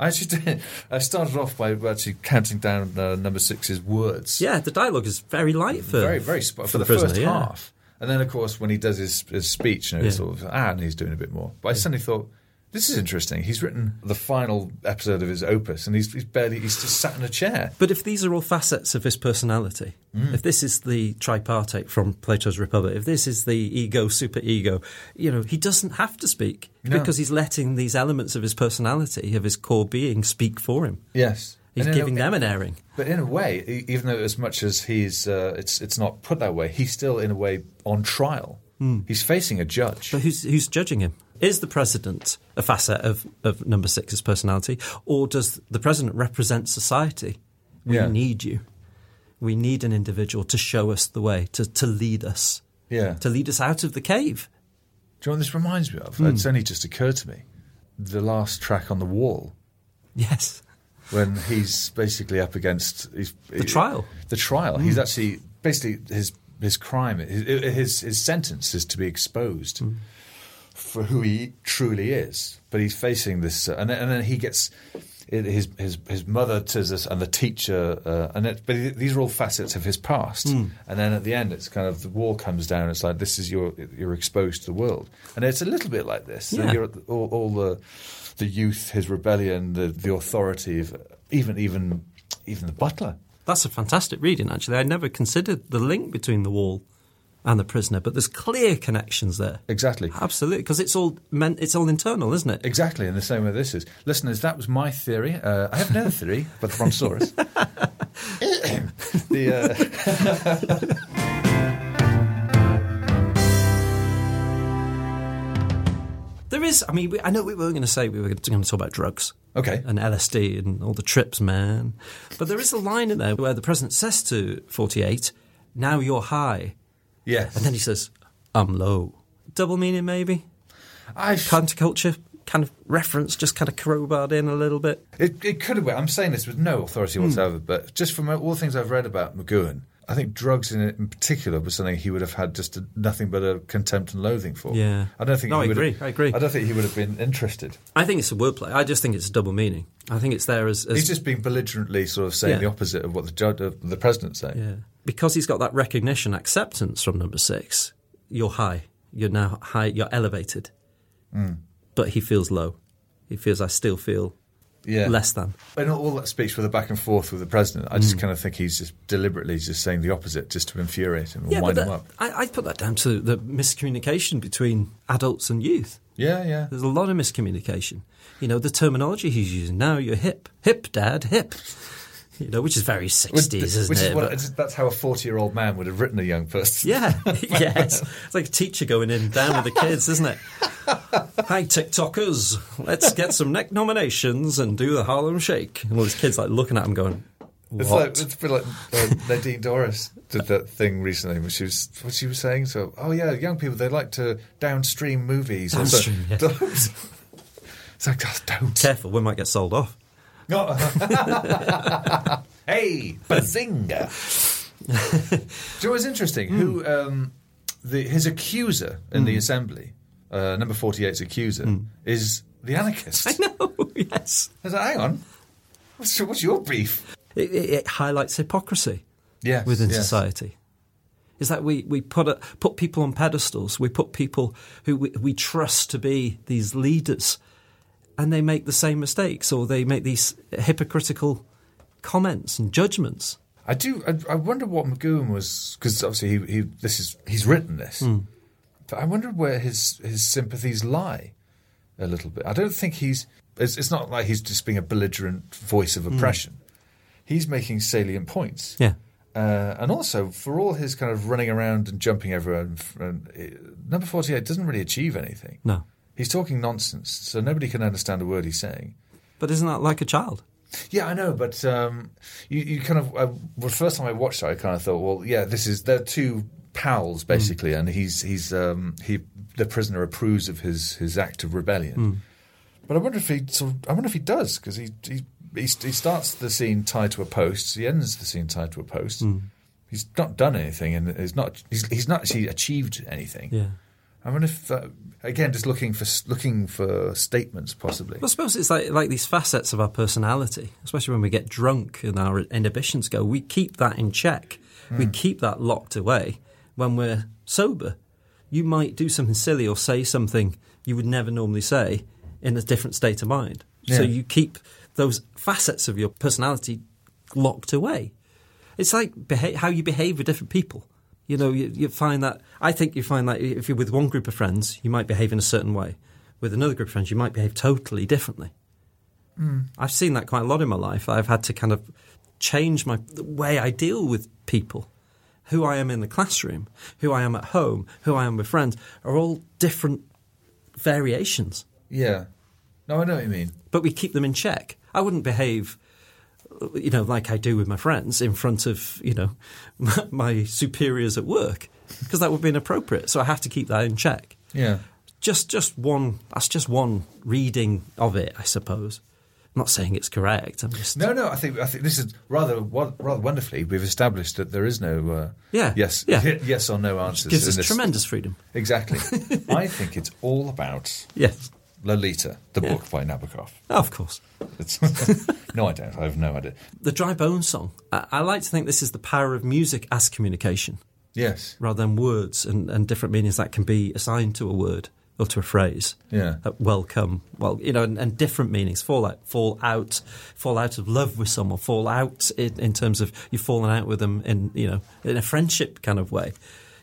I actually did. I started off by actually counting down uh, number six's words. Yeah, the dialogue is very light for very very sp- for, the, prisoner, first yeah. half, and then of course when he does his, his speech, you know, it's Yeah. sort of ah, and he's doing a bit more. But I suddenly thought. This is interesting. He's written the final episode of his opus, and he's, he's barely, he's just sat in a chair. But if these are all facets of his personality, Mm. if this is the tripartite from Plato's Republic, if this is the ego, superego, you know, he doesn't have to speak No. because he's letting these elements of his personality, of his core being, speak for him. Yes. He's And in a- giving them an airing. But in a way, e- even though as much as he's, uh, it's it's not put that way, he's still in a way on trial. He's facing a judge. Hmm. But who's, who's judging him? Is the president a facet of, of number six's personality, or does the president represent society? We Yeah. need you. We need an individual to show us the way, to, to lead us, Yeah. to lead us out of the cave. Do you know what this reminds me of? Hmm. It's only just occurred to me. The last track on the wall, Yes. when he's basically up against he's, The trial. Hmm. The trial. He's actually basically his his crime, his his, his sentence is to be exposed Hmm. for who he truly is. But he's facing this, uh, and then, and then he gets. it- His his his mother says this, and the teacher, uh, and it, but these are all facets of his past. And then at the end, it's kind of the wall comes down. It's like this is your you're exposed to the world, and it's a little bit like this. Yeah. You're at all, all the the youth, his rebellion, the the authority of even even even the butler. that's a fantastic reading, actually. I never considered the link between the wall and the prisoner, but there's clear connections there. Exactly. Absolutely, because it's all meant, it's all internal, isn't it? Exactly, in the same way this is. Listeners, that was my theory. Uh, I have another theory about the Brontosaurus. the, uh, There is. I mean, we, I know we were going to say we were going to talk about drugs Okay. and LSD and all the trips, man. But there is a line in there where the president says to 48, "Now you're high," Yes. and then he says, "I'm low." Double meaning, maybe. I, Counterculture kind of reference, just kind of crowbarred in a little bit. it, it could have been. I'm saying this with no Hmm. authority whatsoever, but just from all the things I've read about McGowan, I think drugs in, in particular was something he would have had just a, nothing but a contempt and loathing for. Yeah. I don't think No, he I would agree, Have, I agree. I don't think he would have been interested. I think it's a wordplay. I just think it's a double meaning. I think it's there as, as He's just being belligerently sort of saying Yeah. the opposite of what the judge, uh, the president's saying. Yeah. Because he's got that recognition, acceptance from number six, you're high. You're now high. You're elevated. Mm. But he feels low. He feels, I still feel Yeah. less than. And all that speech with the back and forth with the president, I just Mm. kind of think he's just deliberately just saying the opposite just to infuriate him and wind but him that- up. I, I put that down to the miscommunication between adults and youth. Yeah, yeah. There's a lot of miscommunication. You know, the terminology he's using now, you're hip. Hip, dad, hip. You know, which is very 60s, Which- isn't which it? is what, But- that's how a 40 year old man would have written a young person. Yeah, yes. It's like a teacher going in down with the kids, isn't it? Hi, TikTokers. Let's get some neck nominations and do the Harlem Shake. And all these kids like looking at him going, what? It's like it's a bit like uh, Nadine Doris did that thing recently when she was what she was saying. So, oh yeah, young people they like to downstream movies. or so- Downstream, yeah. Don't. It's like just don't. Careful, we might get sold off. No. hey, bazinga! Do you know what's interesting? Who um, the, his accuser in the assembly, uh, number 48's accuser, is the anarchist. I No, yes. was like, hang on, what's, your- what's your beef? It, it, it highlights hypocrisy Yes, within yes. society. Is that we, we put, a, put people on pedestals, we put people who we, we trust to be these leaders, and they make the same mistakes or they make these hypocritical comments and judgments. I do. I, I wonder what McGoon was because obviously he, he this is he's written this, Hmm. but I wonder where his his sympathies lie a little bit. I don't think he's. It's, it's not like he's just being a belligerent voice of oppression. He's making salient points. Hmm. Yeah. Uh, and also, for all his kind of running around and jumping everywhere, and, f- and uh, number 48 doesn't really achieve anything. No. He's talking nonsense, so nobody can understand a word he's saying. But isn't that like a child? Yeah, I know, but um, you, you kind of. I, well, the first time I watched it, I kind of thought, well, yeah, this is they're two pals basically, and he's he's um, he the prisoner approves of his his act of rebellion. But I wonder if he sort of, I wonder if he does because he he. He, st- he starts the scene tied to a post. He ends the scene tied to a post. He's not done anything, and he's not. He's, he's not actually achieved anything. Yeah. I wonder if that, again, just looking for s- looking for statements, possibly. I suppose it's like, like these facets of our personality, especially when we get drunk and our inhibitions go, we keep that in check. We keep that locked away when we're sober. You might do something silly or say something you would never normally say in a different state of mind. So Yeah. you keep those facets of your personality locked away. It's like beha- how you behave with different people. You know, you, you find that, I think you find that if you're with one group of friends, you might behave in a certain way. With another group of friends, you might behave totally differently. I've seen that quite a lot in my life. I've had to kind of change my the way I deal with people. Who I am in the classroom, who I am at home, who I am with friends are all different variations, Yeah. No, I know what you mean. but we keep them in check. I wouldn't behave, you know, like I do with my friends in front of, you know, my, my superiors at work because that would be inappropriate. So I have to keep that in check. Yeah. just just one that's just one reading of it i suppose i'm not saying it's correct i'm just No, no. I think I think this is rather wo- rather wonderfully. We've established that there is no uh, Yeah, yes yeah. yes or no answers. gives in us this. tremendous freedom Exactly. I think it's all about yes Lolita, the book by Nabokov. of course It's, no, I don't. I have no idea. the dry bones song I, I like to think this is the power of music as communication Yes. rather than words and, and different meanings that can be assigned to a word utter a phrase. Yeah. Uh, welcome. Well, you know, and, and different meanings. Fall out, fall out, fall out of love with someone. Fall out in, in terms of you've fallen out with them in you know in a friendship kind of way.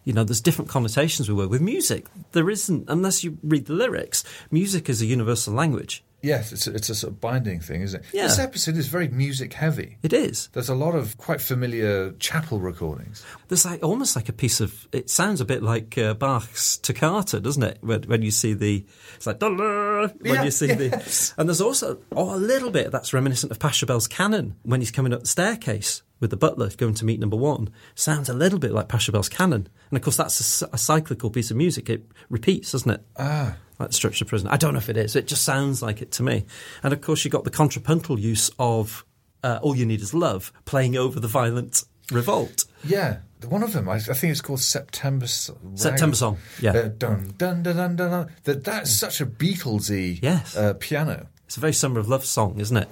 You know, there's different connotations we work with music. There isn't unless you read the lyrics. Music is a universal language. Yes, it's a, it's a sort of binding thing, isn't it? Yeah. This episode is very music heavy. It is. There's a lot of quite familiar chapel recordings. There's like almost like a piece of. It sounds a bit like uh, Bach's Toccata, doesn't it? When, when you see the, it's like "Dun-dun," when Yeah, you see the, and there's also oh, a little bit that's reminiscent of Pachelbel's canon when he's coming up the staircase with the butler going to meet number one. Sounds a little bit like Pachelbel's canon, and of course that's a c- a, cyclical piece of music. It repeats, doesn't it? Ah. Like the structure of prison. I don't know if it is. It just sounds like it to me. And of course, you got the contrapuntal use of uh, "All You Need Is Love" playing over the violent revolt. Yeah, the- one of them, I, I think it's called September Song. September Song, yeah. Mm. Uh, dun, dun, dun, dun, dun, dun. That, that's such a Beatlesy Yes. uh, piano. It's a very summer of love song, isn't it?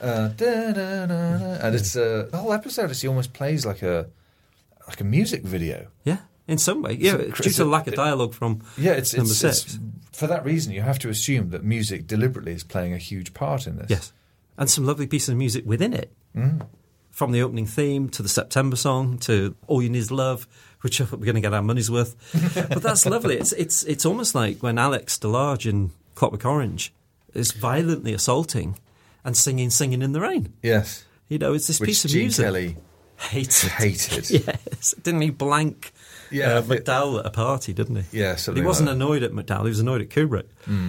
Uh, da, da, da, da. And it's uh, the whole episode. Is he almost plays like a like a music video. Yeah, in some way. Yeah, due it's to a- lack of dialogue from Yeah, it's number it's, six. it's for that reason. You have to assume that music deliberately is playing a huge part in this. yes, and some lovely pieces of music within it, mm. from the opening theme to the September song to All You Need Is Love, which I hope we're going to get our money's worth. but that's lovely. It's it's it's almost like when Alex Delarge in Clockwork Orange is violently assaulting and singing "Singing in the Rain." yes. You know, it's this Which piece of Gene music. Kelly Hated. hated. Yes, didn't he blank Yeah, uh, I think- McDowell at a party, didn't he? Yeah, but he something wasn't like that. Hmm. annoyed at McDowell. He was annoyed at Kubrick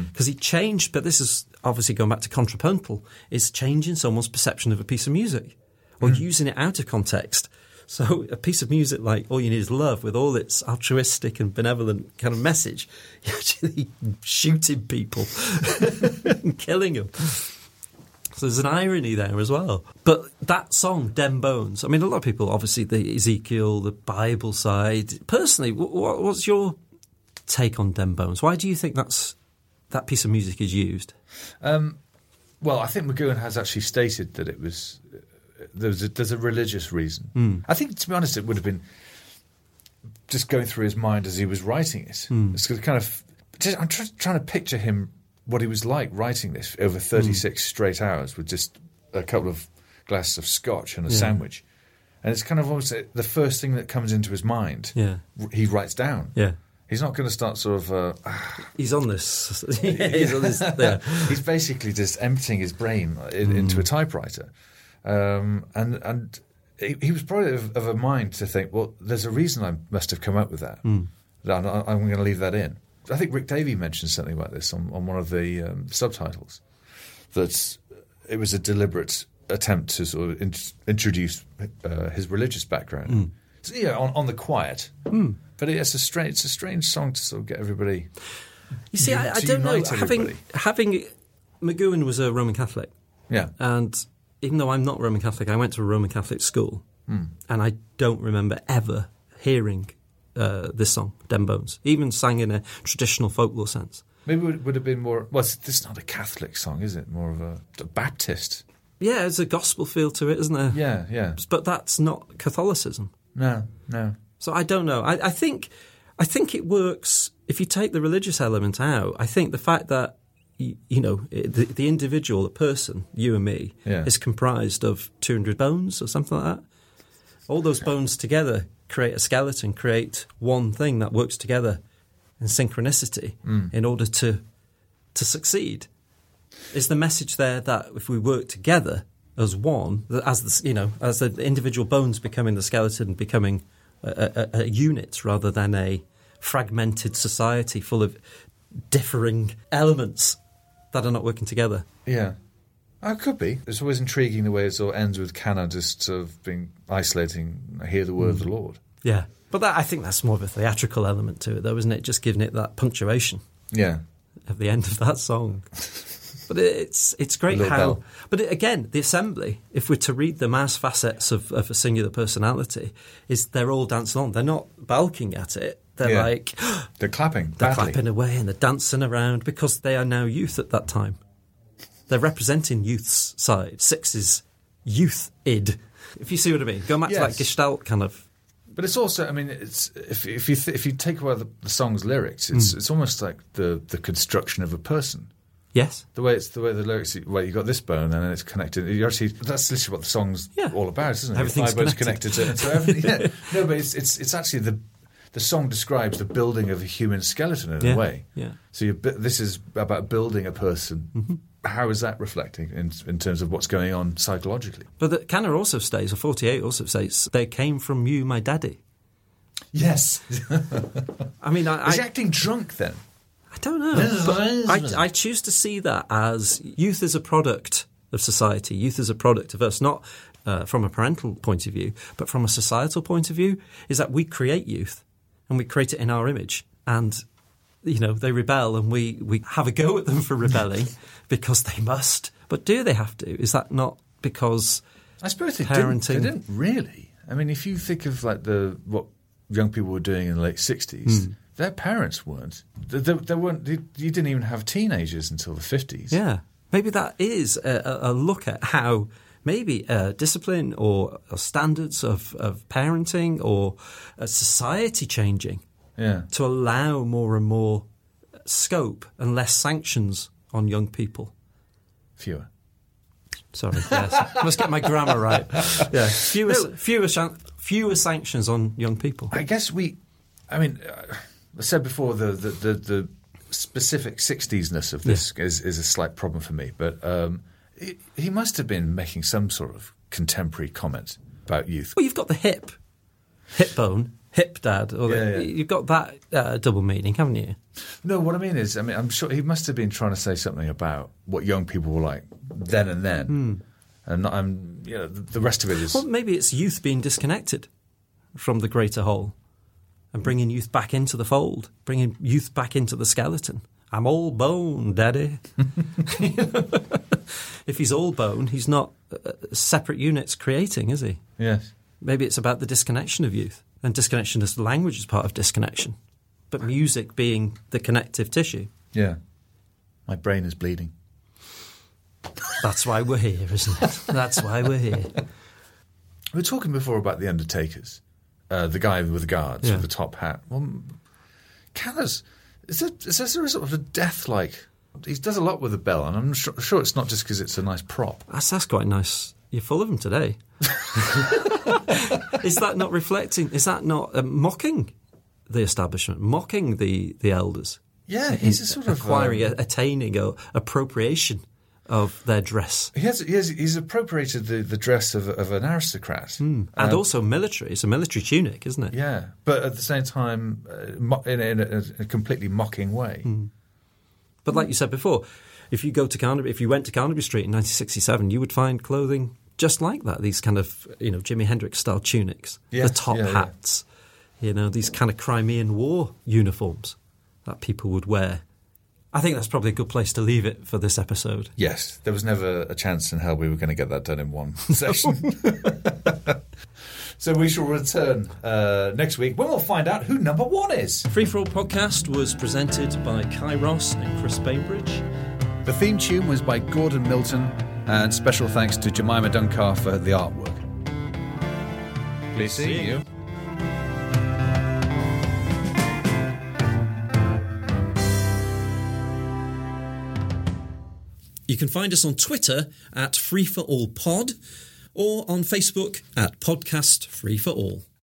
because he changed. But this is obviously going back to contrapuntal is changing someone's perception of a piece of music or Hmm. using it out of context. So a piece of music like "All You Need Is Love" with all its altruistic and benevolent kind of message, you're actually shooting people and killing them. So there's an irony there as well. But that song, Dem Bones, I mean, a lot of people, obviously, the Ezekiel, the Bible side. Personally, wh- wh- what's your take on Dem Bones? Why do you think that's that piece of music is used? Well, I think McGowan has actually stated that it was there was a, there's a religious reason. Hmm. I think, to be honest, it would have been just going through his mind as he was writing it. Hmm. It's kind of just, I'm try, trying to picture him what he was like writing this over Hmm. 36 straight hours with just a couple of glasses of scotch and a sandwich, and it's kind of almost uh, the first thing that comes into his mind. Yeah. r- he writes down. Yeah. He's not going to start sort of. Uh, He's on this. He's on this. There. He's basically just emptying his brain in, into a typewriter, um, and and he, he was probably of, of a mind to think, well, there's a reason I must have come up with that. I'm, I'm going to leave that in. I think Rick Davey mentioned something about this on, on one of the um, subtitles that it was a deliberate attempt to sort of in- introduce uh, his religious background. So, yeah, on, on the quiet. But it's a strange, it's a strange song to sort of get everybody. You see, I, I To don't know. unite Having, everybody. having McGowan was a Roman Catholic. Yeah, And even though I'm not Roman Catholic, I went to a Roman Catholic school, and I don't remember ever hearing uh, this song, "Dem Bones," even sang in a traditional folklore sense. Maybe it would- would have been more. Well, it's- this is not a Catholic song, is it? More of a, a Baptist. Yeah, there's a gospel feel to it, isn't there? Yeah, yeah. But that's not Catholicism. No, no. So I don't know. I, I think I think it works if you take the religious element out. I think the fact that y- you know it- the, the individual, the person, you and me, Yeah. is comprised of two hundred bones or something like that. All those bones together create a skeleton, create one thing that works together in synchronicity in order to to succeed. Is the message there that if we work together as one, that as the, s- you know, as the individual bones becoming the skeleton, becoming a, a, a unit rather than a fragmented society full of differing elements that are not working together? Yeah. Oh, it could be. It's always intriguing the way it sort of ends with Cana just sort of being isolating, hear the word of the Lord. Yeah, but that, I think that's more of a theatrical element to it, though, isn't it? Just giving it that punctuation. Yeah. at the end of that song. But it's it's great Little how. bell. But it, again, the assembly, if we're to read the mass facets of, of a singular personality, is they're all dancing on. They're not balking at it. They're Yeah. like They're clapping. they're badly. clapping away and they're dancing around because they are now youth at that time. They're representing youth's side. Six is youth id. If you see what I mean, go back to Yes. that Gestalt kind of But it's also, I mean, it's if, if you th- if you take away the, the song's lyrics, it's it's almost like the the construction of a person. Yes. The way it's the way the lyrics, well, you got this bone and then it's connected. You actually, that's literally what the song's Yeah. all about, isn't it? Everything's Five bones connected. connected to it. So everything, yeah. No, but it's it's it's actually the the song describes the building of a human skeleton in Yeah. a way. Yeah. Mm-hmm. So you this is about building a person. How is that reflecting in in terms of what's going on psychologically? But the, Canner also states, or 48 also states, they came from you, my daddy. Yes, I mean, I, is he I, acting drunk then? I don't know. Yes, but yes. I, I choose to see that as youth is a product of society, youth is a product of us, not uh, from a parental point of view, but from a societal point of view, is that we create youth and we create it in our image. And, you know, they rebel and we, we have a go at them for rebelling because they must. But do they have to? Is that not because. I suppose they Parenting. didn't. They didn't really. I mean, if you think of like the what young people were doing in the late sixties, Hmm. their parents weren't. They, they, they weren't. They, you didn't even have teenagers until the fifties. Yeah, maybe that is a, a a look at how maybe uh, discipline or, or standards of, of parenting or uh, society changing Yeah. to allow more and more scope and less sanctions on young people. Fewer. Sorry, yes. must get my grammar right. Yeah, fewer, fewer, shan- fewer sanctions on young people. I guess we. I mean, uh, I said before the the, the, the specific sixtiesness of this is, is a slight problem for me, but um, he, he must have been making some sort of contemporary comment about youth. Well, you've got the hip, hip bone, hip dad, or the, Yeah, yeah. you've got that uh, double meaning, haven't you? No, what I mean is, I mean, I'm sure he must have been trying to say something about what young people were like then and then, and not- I'm, you know, the, the rest of it is. Hmm. Well, maybe it's youth being disconnected from the greater whole and bringing youth back into the fold, bringing youth back into the skeleton. I'm all bone, daddy. if he's all bone, he's not uh, separate units creating, is he? yes, Maybe it's about the disconnection of youth. And disconnection is language is part of disconnection, but music being the connective tissue. yeah. My brain is bleeding. That's why we're here, isn't it? That's why we're here. We were talking before about the Undertakers, uh, the guy with the guards Yeah. with the top hat. Well, Callers, is there, is there a sort of a death-like? He does a lot with the bell, and I'm sure, sure it's not just because it's a nice prop. That's, that's quite nice. You're full of them today. is that not reflecting? Is that not uh, mocking the establishment, mocking the, the elders? Yeah, he's a sort of acquiring, um, a- attaining, or appropriation of their dress, He has, he has, he's appropriated the, the dress of, of an aristocrat. and Uh, also military. It's a military tunic, isn't it? Yeah, but at the same time, uh, mo- in, a, in a, a completely mocking way. But Mm. like you said before, if you go to Carnaby, if you went to Carnaby Street in 1967, you would find clothing just like that. These kind of you know Jimi Hendrix style tunics, Yes, the top yeah, yeah. hats, you know these kind of Crimean War uniforms that people would wear. I think that's probably a good place to leave it for this episode. Yes. There was never a chance in hell we were going to get that done in one session. so we shall return uh, next week when we'll find out who number one is. Free for All podcast was presented by Kai Ross and Chris Bainbridge. The theme tune was by Gordon Milton, and special thanks to Jemima Dunkar for the artwork. Please see you. You can find us on Twitter at Free for All Pod or on Facebook at Podcast Free for All.